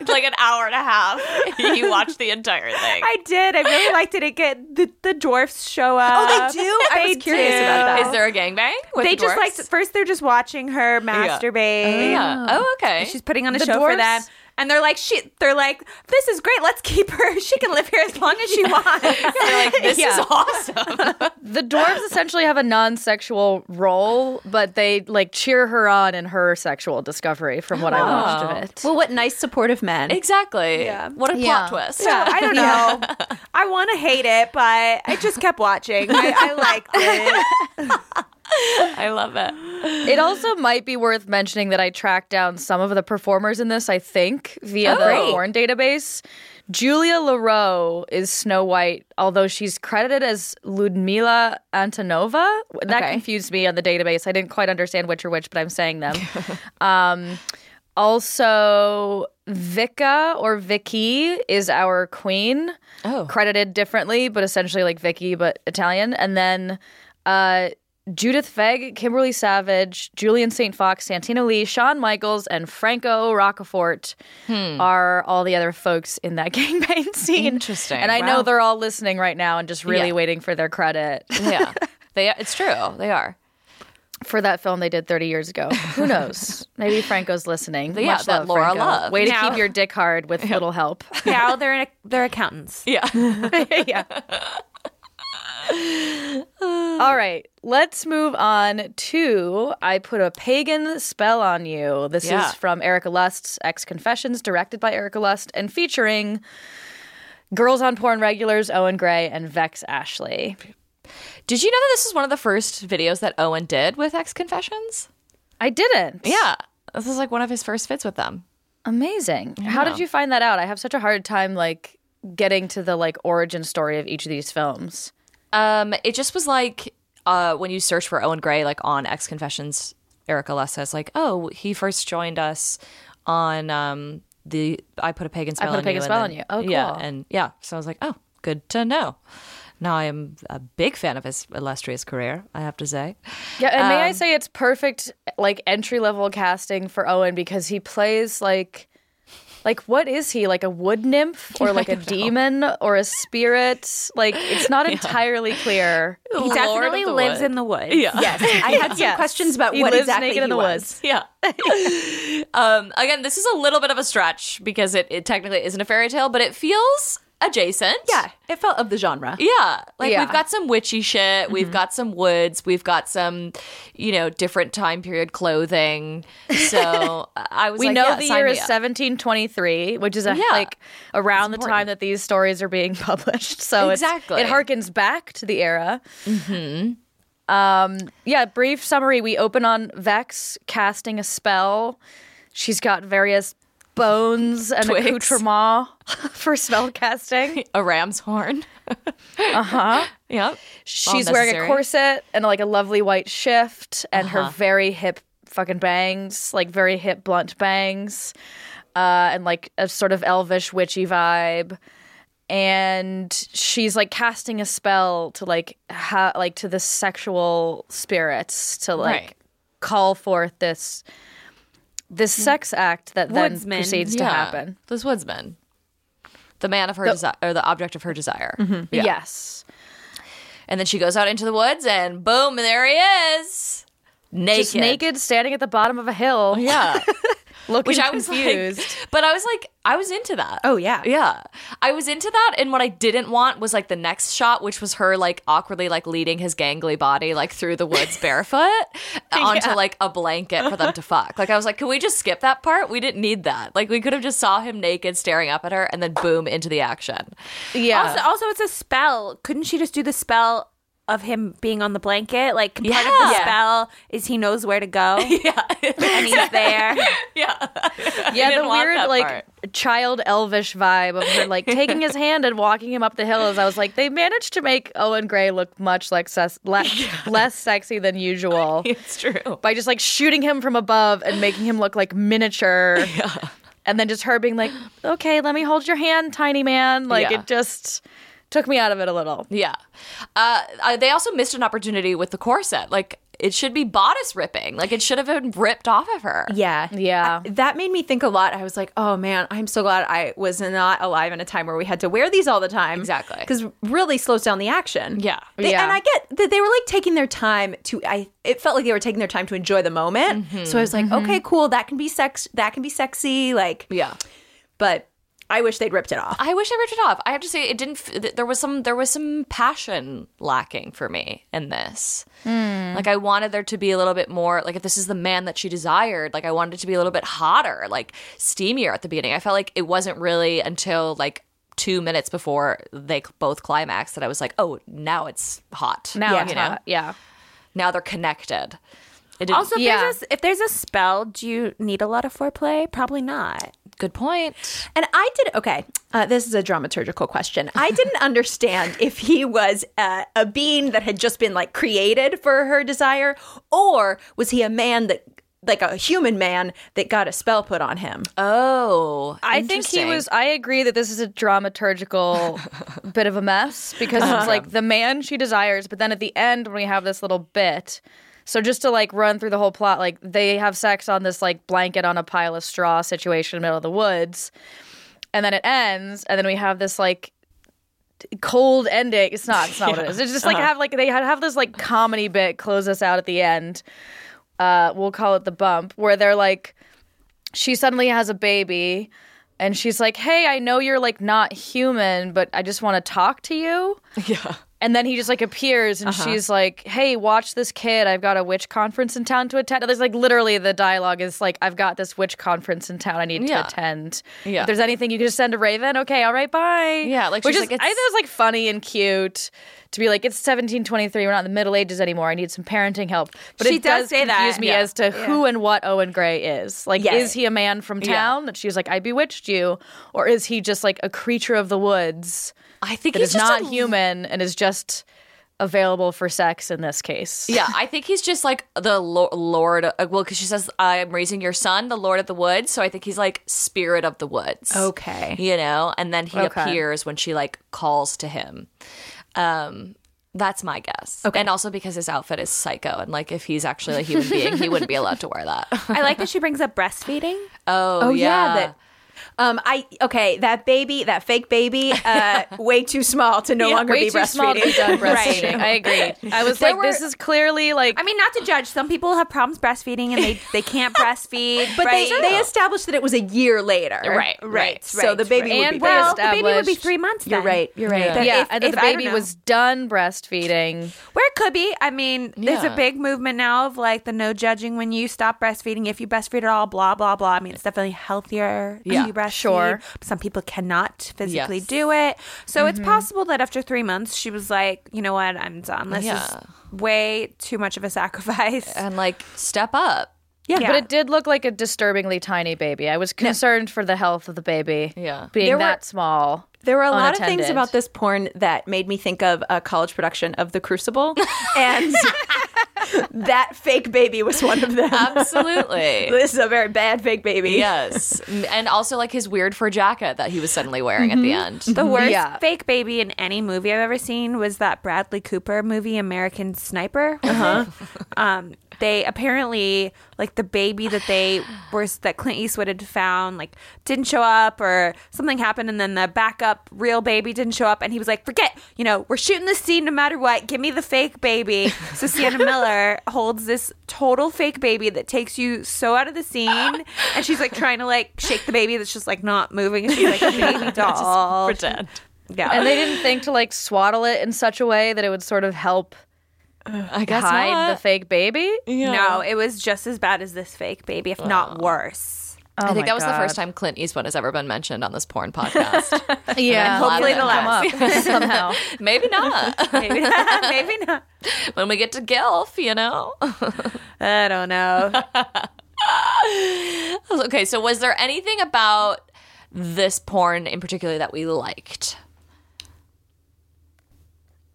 [SPEAKER 3] It's like an hour and a half. You watch the entire thing.
[SPEAKER 4] I did. I really liked it. It get the, the dwarfs show up.
[SPEAKER 5] Oh, they do? I was curious about that.
[SPEAKER 3] Is there a gangbang? with
[SPEAKER 4] they
[SPEAKER 3] the
[SPEAKER 4] just
[SPEAKER 3] dwarfs?
[SPEAKER 4] liked first they're just watching her masturbate.
[SPEAKER 3] Yeah. Oh, okay.
[SPEAKER 4] She's putting on a
[SPEAKER 2] The
[SPEAKER 4] show for
[SPEAKER 2] dwarfs-
[SPEAKER 4] them. And they're like, she they're like, this is great, let's keep her. She can live here as long as she wants.
[SPEAKER 3] They're like, this is awesome.
[SPEAKER 2] The dwarves essentially have a non-sexual role, but they like cheer her on in her sexual discovery. From what I watched of it,
[SPEAKER 5] Well, what nice supportive men.
[SPEAKER 3] exactly.
[SPEAKER 4] Yeah.
[SPEAKER 3] What a
[SPEAKER 2] Yeah.
[SPEAKER 3] plot twist.
[SPEAKER 4] So, I don't know. I wanna hate it, but I just kept watching. I, I liked it.
[SPEAKER 3] I love it.
[SPEAKER 2] it also might be worth mentioning that I tracked down some of the performers in this. I think via the
[SPEAKER 3] Oh, great.
[SPEAKER 2] porn database. Julia LaRoe is Snow White, although she's credited as Ludmila Antonova. That
[SPEAKER 3] Okay.
[SPEAKER 2] confused me on the database. I didn't quite understand which are which, but I'm saying them. um, also, Vika or Vicky is our queen.
[SPEAKER 3] Oh.
[SPEAKER 2] credited differently, but essentially like Vicky, but Italian. And then uh, Judith Fegg, Kimberly Savage, Julian St. Fox, Santino Lee, Shawn Michaels, and Franco Roccafort
[SPEAKER 3] Hmm.
[SPEAKER 2] are all the other folks in that gangbang scene.
[SPEAKER 3] Interesting.
[SPEAKER 2] And I know they're all listening right now and just really
[SPEAKER 3] Yeah.
[SPEAKER 2] waiting for their credit
[SPEAKER 3] Yeah. They are, it's true. They are.
[SPEAKER 2] for that film they did 30 years ago. Who knows? Maybe Franco's listening.
[SPEAKER 3] Yeah,
[SPEAKER 2] Much
[SPEAKER 3] that
[SPEAKER 2] love,
[SPEAKER 3] Laura
[SPEAKER 2] Franco.
[SPEAKER 3] love.
[SPEAKER 2] Way to
[SPEAKER 4] Now-
[SPEAKER 2] keep your dick hard with little help.
[SPEAKER 4] Now they're they're accountants.
[SPEAKER 3] Yeah.
[SPEAKER 2] yeah. All right, let's move on to I Put a Pagan Spell on You. This
[SPEAKER 3] Yeah.
[SPEAKER 2] is from Erica Lust's Ex Confessions, directed by Erica Lust and featuring Girls on Porn regulars Owen Gray and Vex Ashley.
[SPEAKER 3] Did you know that this is one of the first videos that Owen did with X Confessions?
[SPEAKER 2] I didn't.
[SPEAKER 3] Yeah. This is like one of his first fits with them.
[SPEAKER 2] Amazing. How did you find that out? I have such a hard time like getting to the like origin story of each of these films.
[SPEAKER 3] Um, it just was like uh, when you search for Owen Gray, like on X Confessions, Erica Les says like, "Oh, he first joined us on um, the I put a pagan spell
[SPEAKER 2] Put a
[SPEAKER 3] on
[SPEAKER 2] Pagan
[SPEAKER 3] you." and
[SPEAKER 2] Spell on
[SPEAKER 3] then-
[SPEAKER 2] You. Oh,
[SPEAKER 3] yeah,
[SPEAKER 2] cool.
[SPEAKER 3] and yeah. So I was like, "Oh, good to know." Now I am a big fan of his illustrious career. I have to say,
[SPEAKER 2] Yeah, and may I say it's perfect like entry level casting for Owen because he plays like like what is he? Like a wood nymph or like a demon or a spirit? Like it's not entirely clear.
[SPEAKER 4] He
[SPEAKER 3] Lord
[SPEAKER 4] definitely
[SPEAKER 3] of the
[SPEAKER 4] lives
[SPEAKER 3] woods.
[SPEAKER 4] in the woods.
[SPEAKER 5] Yes, I had some
[SPEAKER 2] Yes.
[SPEAKER 5] questions about
[SPEAKER 2] He
[SPEAKER 5] what
[SPEAKER 2] lives
[SPEAKER 5] exactly
[SPEAKER 2] naked in
[SPEAKER 5] he
[SPEAKER 2] the woods.
[SPEAKER 5] was.
[SPEAKER 3] yeah. um, again, this is a little bit of a stretch because it, it technically isn't a fairy tale, but it feels adjacent.
[SPEAKER 5] Yeah, it felt of the genre.
[SPEAKER 3] Yeah. Like
[SPEAKER 2] Yeah. Mm-hmm.
[SPEAKER 3] we've got some witchy shit, we've got some woods, we've got some, you know, different time period clothing. So I was
[SPEAKER 2] We
[SPEAKER 3] like,
[SPEAKER 2] know
[SPEAKER 3] yeah,
[SPEAKER 2] the
[SPEAKER 3] sign
[SPEAKER 2] year
[SPEAKER 3] me
[SPEAKER 2] is
[SPEAKER 3] up.
[SPEAKER 2] 1723, which is a,
[SPEAKER 3] Yeah.
[SPEAKER 2] like around the time that these stories are being published. So it's-
[SPEAKER 3] Exactly. Mm-hmm.
[SPEAKER 2] it harkens back to the era. Um, yeah, brief summary. We open on Vex casting a spell. She's got various bones and
[SPEAKER 3] Twigs.
[SPEAKER 2] accoutrements for spell casting.
[SPEAKER 3] a ram's horn. uh
[SPEAKER 2] Uh-huh.
[SPEAKER 3] huh. Yep.
[SPEAKER 2] She's wearing a
[SPEAKER 3] necessary. Uh-huh.
[SPEAKER 2] corset and like a lovely white shift and her very hip fucking bangs, like very hip blunt bangs, uh, and like a sort of elvish witchy vibe. And she's like casting a spell to like ha- like to the sexual spirits to like
[SPEAKER 3] Right.
[SPEAKER 2] call forth this this sex act that then
[SPEAKER 4] Woodsman,
[SPEAKER 2] proceeds to
[SPEAKER 3] Hmm. Yeah.
[SPEAKER 2] happen.
[SPEAKER 3] Those woodsmen. The man of her desire, or the object of her desire.
[SPEAKER 2] Mm-hmm. Yes.
[SPEAKER 3] And then she goes out into the woods, and boom, there he is, naked.
[SPEAKER 2] Just naked standing at the bottom of a hill.
[SPEAKER 3] Oh, Yeah.
[SPEAKER 2] Looking
[SPEAKER 3] Which I was
[SPEAKER 2] confused.
[SPEAKER 3] like, but I was like, I was into that.
[SPEAKER 5] Oh, yeah.
[SPEAKER 3] yeah. I was into that, and what I didn't want was like the next shot, which was her like awkwardly like leading his gangly body like through the woods barefoot uh, onto like a blanket for them to fuck. Like I was like, can we just skip that part? We didn't need that. Like we could have just saw him naked staring up at her, and then boom into the action.
[SPEAKER 2] yeah.
[SPEAKER 4] Also, also, it's a spell. Couldn't she just do the spell of him being on the blanket. Like part of the
[SPEAKER 3] Yeah.
[SPEAKER 4] spell is he knows where to go. yeah, and he's there.
[SPEAKER 3] yeah.
[SPEAKER 2] Yeah,
[SPEAKER 3] didn't
[SPEAKER 2] the
[SPEAKER 3] want
[SPEAKER 2] weird
[SPEAKER 3] that
[SPEAKER 2] like
[SPEAKER 3] part.
[SPEAKER 2] child elvish vibe of her like taking his hand and walking him up the hill. As I was like, they managed to make Owen Gray look much like ses- le- less sexy than usual
[SPEAKER 3] It's true.
[SPEAKER 2] by just like shooting him from above and making him look like miniature. And then just her being like, "Okay, let me hold your hand, tiny man." Like
[SPEAKER 3] Yeah.
[SPEAKER 2] it just took me out of it a little.
[SPEAKER 3] Yeah. Uh, uh, they also missed an opportunity with the corset. Like, it should be bodice ripping. Like, it should have been ripped off of her.
[SPEAKER 5] Yeah.
[SPEAKER 2] Yeah.
[SPEAKER 5] I- that made me think a lot. I was like, oh man, I'm so glad I was not alive in a time where we had to wear these all the time.
[SPEAKER 3] Exactly.
[SPEAKER 5] Because really slows down the action.
[SPEAKER 3] Yeah.
[SPEAKER 5] They-
[SPEAKER 2] Yeah.
[SPEAKER 5] And I get that they were like taking their time to, I, it felt like they were taking their time to enjoy the moment. So I was like, okay, cool. That can be sex. That can be sexy. Like,
[SPEAKER 3] Yeah.
[SPEAKER 5] but I wish they'd ripped it off.
[SPEAKER 3] I wish I ripped it off. I have to say, it didn't. F- th- there was some. There was some passion lacking for me in this.
[SPEAKER 2] Hmm.
[SPEAKER 3] Like I wanted there to be a little bit more. Like if this is the man that she desired, like I wanted it to be a little bit hotter, like steamier at the beginning. I felt like it wasn't really until like two minutes before they c- both climaxed that I was like, oh, now it's hot.
[SPEAKER 2] Now
[SPEAKER 3] you
[SPEAKER 2] it's
[SPEAKER 3] know?
[SPEAKER 2] not. Yeah.
[SPEAKER 3] Now they're connected. It didn't,
[SPEAKER 4] Also, if,
[SPEAKER 2] Yeah.
[SPEAKER 4] there's a, if there's a spell, do you need a lot of foreplay? Probably not.
[SPEAKER 3] good point.
[SPEAKER 5] And I did okay. Uh, this is a dramaturgical question. I didn't understand if he was uh, a being that had just been like created for her desire, or was he a man that, like a human man, that got a spell put on him?
[SPEAKER 3] Oh,
[SPEAKER 2] I think he
[SPEAKER 3] interesting.
[SPEAKER 2] was. I agree that this is a dramaturgical bit of a mess because it's like the man she desires, but then at the end when we have this little bit. So just to like run through the whole plot, like they have sex on this like blanket on a pile of straw situation in the middle of the woods, and then it ends, and then we have this like cold ending. It's not. It's not what it is. It's just like have like they have this like comedy bit close us out at the end. Uh, we'll call it the bump where they're like she suddenly has a baby and she's like, "Hey, I know you're like not human, but I just want to talk to you."
[SPEAKER 3] Yeah. Uh-huh.
[SPEAKER 2] And then he just like appears and she's like, "Hey, watch this kid. I've got a witch conference in town to attend." There's like literally the dialogue is like, "I've got this witch conference in town I need
[SPEAKER 3] Yeah.
[SPEAKER 2] to attend."
[SPEAKER 3] Yeah.
[SPEAKER 2] If there's anything you can just send to Raven, okay, all right, bye.
[SPEAKER 3] Yeah, like,
[SPEAKER 2] Which
[SPEAKER 3] she's
[SPEAKER 2] is
[SPEAKER 3] like,
[SPEAKER 2] I
[SPEAKER 3] it's-
[SPEAKER 2] thought it was like funny and cute to be like, "It's 1723. We're not in the Middle Ages anymore. I need some parenting help." But
[SPEAKER 4] She
[SPEAKER 2] it
[SPEAKER 4] does
[SPEAKER 2] does,
[SPEAKER 4] say that.
[SPEAKER 2] confuse me
[SPEAKER 4] Yeah.
[SPEAKER 2] as to who and what Owen Gray is. Like,
[SPEAKER 5] Yes.
[SPEAKER 2] is he a man from town that she was like, "I bewitched you," or is he just like a creature of the woods?
[SPEAKER 3] I think
[SPEAKER 2] that
[SPEAKER 3] he's
[SPEAKER 2] is
[SPEAKER 3] just
[SPEAKER 2] not
[SPEAKER 3] a
[SPEAKER 2] human and is just available for sex in this case.
[SPEAKER 3] Yeah, I think he's just like the lo- lord. uh, Well, because she says, "I'm raising your son, the lord of the woods." So I think he's like spirit of the woods.
[SPEAKER 5] Okay.
[SPEAKER 3] you know, and then he
[SPEAKER 2] Okay.
[SPEAKER 3] appears when she like calls to him. Um, that's my guess. Okay, and also because his outfit is psycho, and like if he's actually a human being, he wouldn't be allowed to wear that.
[SPEAKER 4] I like that she brings up breastfeeding.
[SPEAKER 3] Oh,
[SPEAKER 5] that. Um, I okay. That baby, that fake baby, uh, way too small to no longer
[SPEAKER 2] Way
[SPEAKER 5] be
[SPEAKER 2] too small to be
[SPEAKER 5] breastfeeding.
[SPEAKER 2] done breastfeeding. I agree. I was like,
[SPEAKER 4] were-
[SPEAKER 2] this is clearly like
[SPEAKER 4] I mean, not to judge. Some people have problems breastfeeding and they, they can't breastfeed.
[SPEAKER 5] But
[SPEAKER 4] right?
[SPEAKER 5] they, they established that it was a year later.
[SPEAKER 3] Right, right,
[SPEAKER 5] So the
[SPEAKER 4] right,
[SPEAKER 5] baby
[SPEAKER 4] right.
[SPEAKER 5] would be
[SPEAKER 2] And
[SPEAKER 5] based-
[SPEAKER 4] well, the baby would be
[SPEAKER 2] established-
[SPEAKER 4] three months.
[SPEAKER 5] You're
[SPEAKER 4] then.
[SPEAKER 5] right. You're right.
[SPEAKER 4] But
[SPEAKER 2] yeah,
[SPEAKER 4] if-
[SPEAKER 2] and that
[SPEAKER 4] if-
[SPEAKER 2] the
[SPEAKER 4] I don't
[SPEAKER 2] baby
[SPEAKER 4] know.
[SPEAKER 2] was done breastfeeding.
[SPEAKER 4] Where it could be. I mean, there's
[SPEAKER 3] Yeah.
[SPEAKER 4] a big movement now of like the no judging when you stop breastfeeding. If you breastfeed at all, blah blah blah. I mean, it's definitely healthier.
[SPEAKER 3] Yeah,
[SPEAKER 4] if you breastfeed.
[SPEAKER 2] sure.
[SPEAKER 4] Some people cannot physically
[SPEAKER 3] Yes. Mm-hmm.
[SPEAKER 4] do it, so it's possible that after three months, she was like, you know what, I'm done. This
[SPEAKER 3] Yeah. Uh,
[SPEAKER 4] is way too much of a sacrifice.
[SPEAKER 3] and like step up.
[SPEAKER 4] yeah,
[SPEAKER 2] But it did look like a disturbingly tiny baby. I was concerned for the health of the baby.
[SPEAKER 3] Yeah.
[SPEAKER 2] Being
[SPEAKER 5] There were-
[SPEAKER 2] that small.
[SPEAKER 5] There were a lot of things
[SPEAKER 2] unattended.
[SPEAKER 5] about this porn that made me think of a college production of The Crucible, and that fake baby was one of them.
[SPEAKER 3] Absolutely.
[SPEAKER 5] this is a very bad fake baby.
[SPEAKER 3] yes, and also like his weird fur jacket that he was suddenly wearing at the end.
[SPEAKER 4] The worst
[SPEAKER 2] Yeah.
[SPEAKER 4] fake baby in any movie I've ever seen was that Bradley Cooper movie, American Sniper. um, they apparently like the baby that they were that Clint Eastwood had found like didn't show up or something happened, and then the backup real baby didn't show up, and he was like, "Forget, you know, we're shooting this scene no matter what. Give me the fake baby." So Sienna Miller holds this total fake baby that takes you so out of the scene, and she's like trying to like shake the baby that's just like not moving, and she's like a baby doll.
[SPEAKER 3] Pretend.
[SPEAKER 4] Yeah.
[SPEAKER 2] And they didn't think to like swaddle it in such a way that it would sort of help
[SPEAKER 3] I guess
[SPEAKER 2] hide
[SPEAKER 3] not.
[SPEAKER 2] the fake baby.
[SPEAKER 4] No, it was just as bad as this fake baby, if not worse.
[SPEAKER 3] I think
[SPEAKER 2] Oh my
[SPEAKER 3] that was the first
[SPEAKER 2] God.
[SPEAKER 3] time Clint Eastwood has ever been mentioned on this porn podcast.
[SPEAKER 2] Yeah,
[SPEAKER 4] hopefully the
[SPEAKER 2] Come up somehow.
[SPEAKER 3] Maybe not.
[SPEAKER 4] Maybe, maybe not.
[SPEAKER 3] when we get to Gilf, you know.
[SPEAKER 4] I don't know.
[SPEAKER 3] okay, so was there anything about this porn in particular that we liked?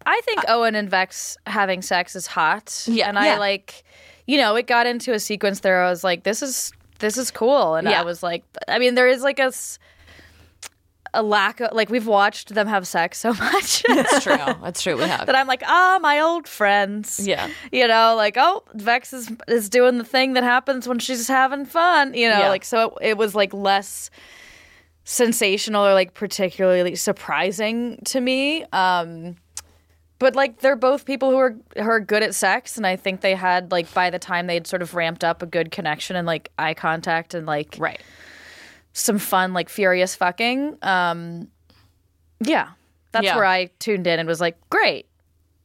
[SPEAKER 2] I think Owen and Vex having sex is hot.
[SPEAKER 3] Yeah.
[SPEAKER 2] And I
[SPEAKER 3] Yeah.
[SPEAKER 2] like, you know, it got into a sequence there. I was like, this is this is cool. And
[SPEAKER 3] Yeah.
[SPEAKER 2] I was like, I mean, there is like a, s- a lack of, like, we've watched them have sex so much that
[SPEAKER 3] That's true. That's true. We have.
[SPEAKER 2] I'm like, ah, my old friends.
[SPEAKER 3] Yeah.
[SPEAKER 2] You know, like, oh, Vex is, is doing the thing that happens when she's having fun. You know,
[SPEAKER 3] Yeah.
[SPEAKER 2] like, so it, it was like less sensational or like particularly surprising to me. Um, but like they're both people who are who are good at sex, and I think they had like by the time they'd sort of ramped up a good connection and like eye contact and like
[SPEAKER 3] Right.
[SPEAKER 2] some fun like furious fucking. Um, yeah, that's
[SPEAKER 3] Yeah.
[SPEAKER 2] where I tuned in and was like, great.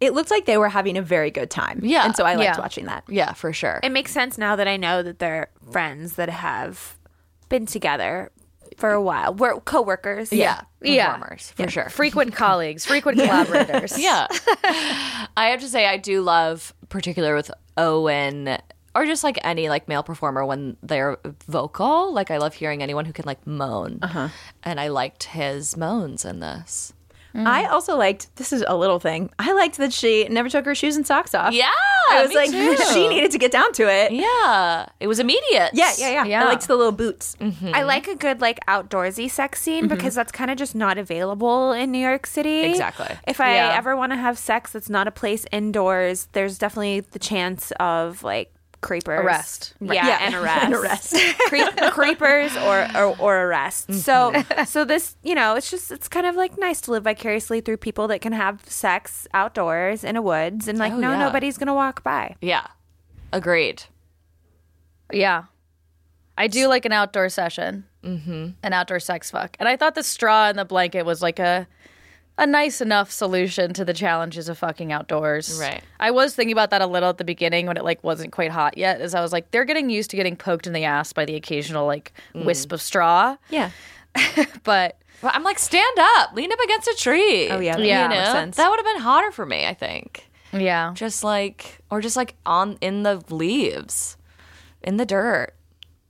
[SPEAKER 5] It looked like they were having a very good time.
[SPEAKER 3] Yeah.
[SPEAKER 5] And so I liked
[SPEAKER 2] Yeah.
[SPEAKER 5] watching that.
[SPEAKER 3] Yeah, for sure.
[SPEAKER 4] It makes sense now that I know that they're friends that have been together for a while. We're coworkers.
[SPEAKER 3] yeah. Mm-hmm.
[SPEAKER 2] Yeah.
[SPEAKER 3] Performers, for sure.
[SPEAKER 2] Frequent colleagues, frequent collaborators.
[SPEAKER 3] Yeah. I have to say I do love particular with Owen or just like any like male performer when they're vocal. Like I love hearing anyone who can like moan.
[SPEAKER 2] Uh-huh.
[SPEAKER 3] And I liked his moans in this.
[SPEAKER 5] I also liked this is a little thing. I liked that she never took her shoes and socks off.
[SPEAKER 3] Yeah.
[SPEAKER 5] I was
[SPEAKER 3] me
[SPEAKER 5] like
[SPEAKER 3] too.
[SPEAKER 5] she needed to get down to it.
[SPEAKER 3] Yeah. It was immediate.
[SPEAKER 5] Yeah, yeah, yeah.
[SPEAKER 2] Yeah.
[SPEAKER 5] I liked the little boots.
[SPEAKER 3] Mm.
[SPEAKER 4] I like a good like outdoorsy sex scene because that's kind of just not available in New York City.
[SPEAKER 3] Exactly.
[SPEAKER 4] If I
[SPEAKER 2] Yeah.
[SPEAKER 4] ever want to have sex that's not a place indoors, there's definitely the chance of like creepers.
[SPEAKER 2] Arrest.
[SPEAKER 4] Yeah, and arrest. and arrest. Creep, creepers or, or or arrest. So so this, you know, it's just it's kind of like nice to live vicariously through people that can have sex outdoors in a woods and like
[SPEAKER 3] Oh,
[SPEAKER 4] no
[SPEAKER 3] yeah.
[SPEAKER 4] nobody's going to walk by.
[SPEAKER 3] Yeah. Agreed.
[SPEAKER 2] Yeah. I do like an outdoor session, mm-hmm. an outdoor sex fuck. And I thought the straw and the blanket was like a a nice enough solution to the challenges of fucking outdoors.
[SPEAKER 3] Right.
[SPEAKER 2] I was thinking about that a little at the beginning when it like wasn't quite hot yet, as I was like, they're getting used to getting poked in the ass by the occasional like
[SPEAKER 3] Mm.
[SPEAKER 2] wisp of straw.
[SPEAKER 5] Yeah.
[SPEAKER 2] But
[SPEAKER 3] Well, I'm like, stand up, lean up against a tree.
[SPEAKER 5] Oh, yeah, that
[SPEAKER 2] Yeah.
[SPEAKER 3] you
[SPEAKER 2] makes
[SPEAKER 3] know?
[SPEAKER 5] sense.
[SPEAKER 3] That would have been hotter for me, I think.
[SPEAKER 2] yeah.
[SPEAKER 3] Just like, or just like on in the leaves, in the dirt,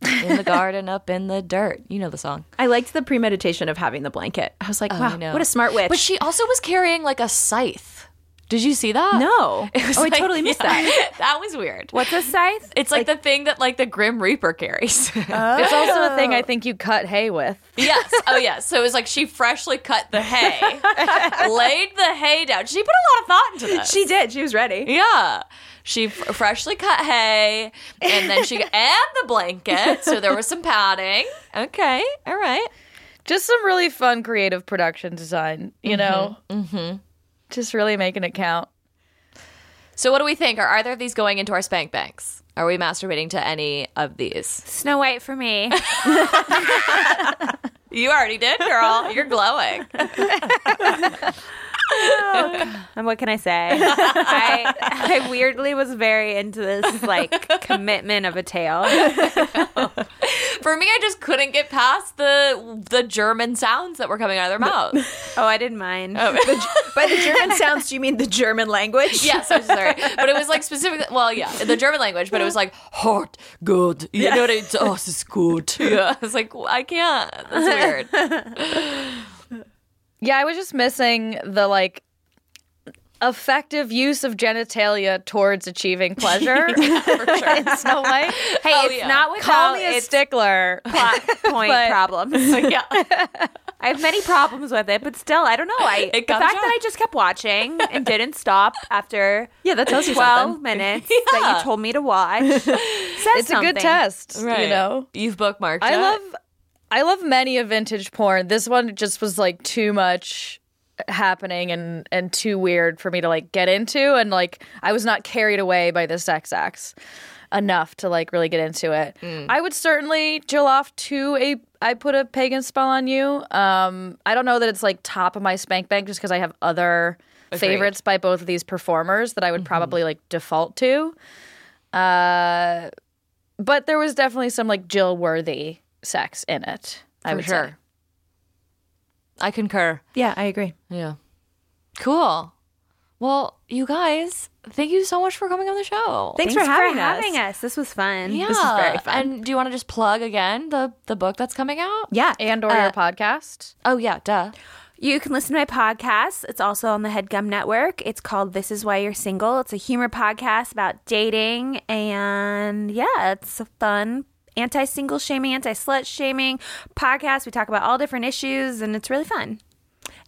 [SPEAKER 3] in the garden, up in the dirt. You know the song.
[SPEAKER 5] I liked the premeditation of having the blanket. I was like,
[SPEAKER 3] Oh, I
[SPEAKER 5] wow,
[SPEAKER 3] know.
[SPEAKER 5] what a smart witch.
[SPEAKER 3] But she also was carrying like a scythe. Did you see that?
[SPEAKER 5] No.
[SPEAKER 3] It was
[SPEAKER 5] Oh, I
[SPEAKER 3] like-
[SPEAKER 5] totally missed that.
[SPEAKER 3] that was weird.
[SPEAKER 4] What's a scythe?
[SPEAKER 3] It's like, the thing that like the Grim Reaper carries.
[SPEAKER 5] Oh.
[SPEAKER 2] It's also a thing I think you cut hay with.
[SPEAKER 3] Yes. Oh, yes. So it was like she freshly cut the hay, laid the hay down. She put a lot of thought into this.
[SPEAKER 5] She did. She was ready.
[SPEAKER 3] Yeah. She f- freshly cut hay and then she and the blanket. So there was some padding. Okay. All right.
[SPEAKER 2] Just some really fun creative production design, you know? Mm-hmm. Just really making it count.
[SPEAKER 3] So what do we think? Are either of these going into our spank banks? Are we masturbating to any of these?
[SPEAKER 4] Snow White for me.
[SPEAKER 3] You already did, girl. You're glowing.
[SPEAKER 4] And what can I say? I, I weirdly was very into this like commitment of a tale. Oh,
[SPEAKER 3] For me, I just couldn't get past the the German sounds that were coming out of their mouths.
[SPEAKER 4] Oh, I didn't mind.
[SPEAKER 5] By the German sounds, do you mean the German language?
[SPEAKER 3] Yes, I'm sorry. But it was like specifically, well, yeah, in the German language, but it was like, hot, good. You know what I mean? Oh, this is good. Yeah. I was like, I can't. That's weird.
[SPEAKER 2] Yeah, I was just missing the like effective use of genitalia towards achieving pleasure
[SPEAKER 3] For sure.
[SPEAKER 2] in Snow White.
[SPEAKER 4] Hey,
[SPEAKER 3] Oh,
[SPEAKER 4] it's
[SPEAKER 3] yeah.
[SPEAKER 4] not without
[SPEAKER 2] Call me a
[SPEAKER 4] its
[SPEAKER 2] stickler.
[SPEAKER 4] plot point
[SPEAKER 2] but-
[SPEAKER 4] problems.
[SPEAKER 3] yeah.
[SPEAKER 4] I have many problems with it, but still, I don't know. I
[SPEAKER 3] It
[SPEAKER 4] the
[SPEAKER 3] got
[SPEAKER 4] fact
[SPEAKER 3] the
[SPEAKER 4] that
[SPEAKER 3] job.
[SPEAKER 4] I just kept watching and didn't stop after
[SPEAKER 5] Yeah, that tells you
[SPEAKER 4] twelve
[SPEAKER 5] something.
[SPEAKER 4] minutes that you told me to watch. Says
[SPEAKER 2] It's a good test, you know.
[SPEAKER 3] You've bookmarked
[SPEAKER 2] I
[SPEAKER 3] it.
[SPEAKER 2] love I love many a vintage porn. This one just was like too much happening and and too weird for me to like get into and like I was not carried away by the sex acts enough to like really get into it. I would certainly jill off to a I put a pagan spell on you. Um I don't know that it's like top of my spank bank just because I have other favorites by both of these performers that I would probably like default to. Uh but there was definitely some like Jill worthy sex in it. I
[SPEAKER 3] For
[SPEAKER 2] would
[SPEAKER 3] sure.
[SPEAKER 2] say.
[SPEAKER 3] I concur.
[SPEAKER 5] Yeah, I agree.
[SPEAKER 3] Yeah. Cool. Well, you guys, thank you so much for coming on the show.
[SPEAKER 5] Thanks, for having us.
[SPEAKER 4] This was fun.
[SPEAKER 3] yeah.
[SPEAKER 5] This is very fun.
[SPEAKER 3] And do you want to just plug again the the book that's coming out?
[SPEAKER 5] Yeah.
[SPEAKER 2] And or
[SPEAKER 3] Uh,
[SPEAKER 2] your podcast.
[SPEAKER 3] Oh yeah, duh.
[SPEAKER 4] You can listen to my podcast. It's also on the Headgum Network. It's called This Is Why You're Single. It's a humor podcast about dating. And yeah, it's a fun anti single shaming, anti slut shaming podcast. We talk about all different issues and it's really fun.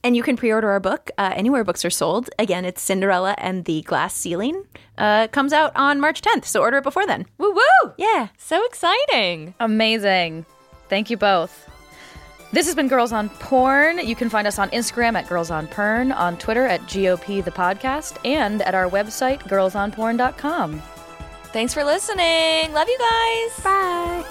[SPEAKER 5] And you can pre order our book uh, anywhere books are sold. Again, it's Cinderella and the Glass Ceiling. Uh, it comes out on March 10th, so order it before then.
[SPEAKER 3] Woo woo.
[SPEAKER 5] Yeah.
[SPEAKER 3] So exciting.
[SPEAKER 2] Amazing. Thank you both. This has been Girls on Porn. You can find us on Instagram at Girls on Pern, on Twitter at GOP the podcast, and at our website, girlsonporn.com.
[SPEAKER 3] Thanks for listening. Love you guys.
[SPEAKER 4] Bye.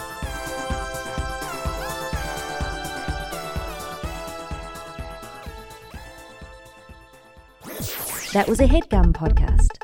[SPEAKER 1] That was a headgum podcast.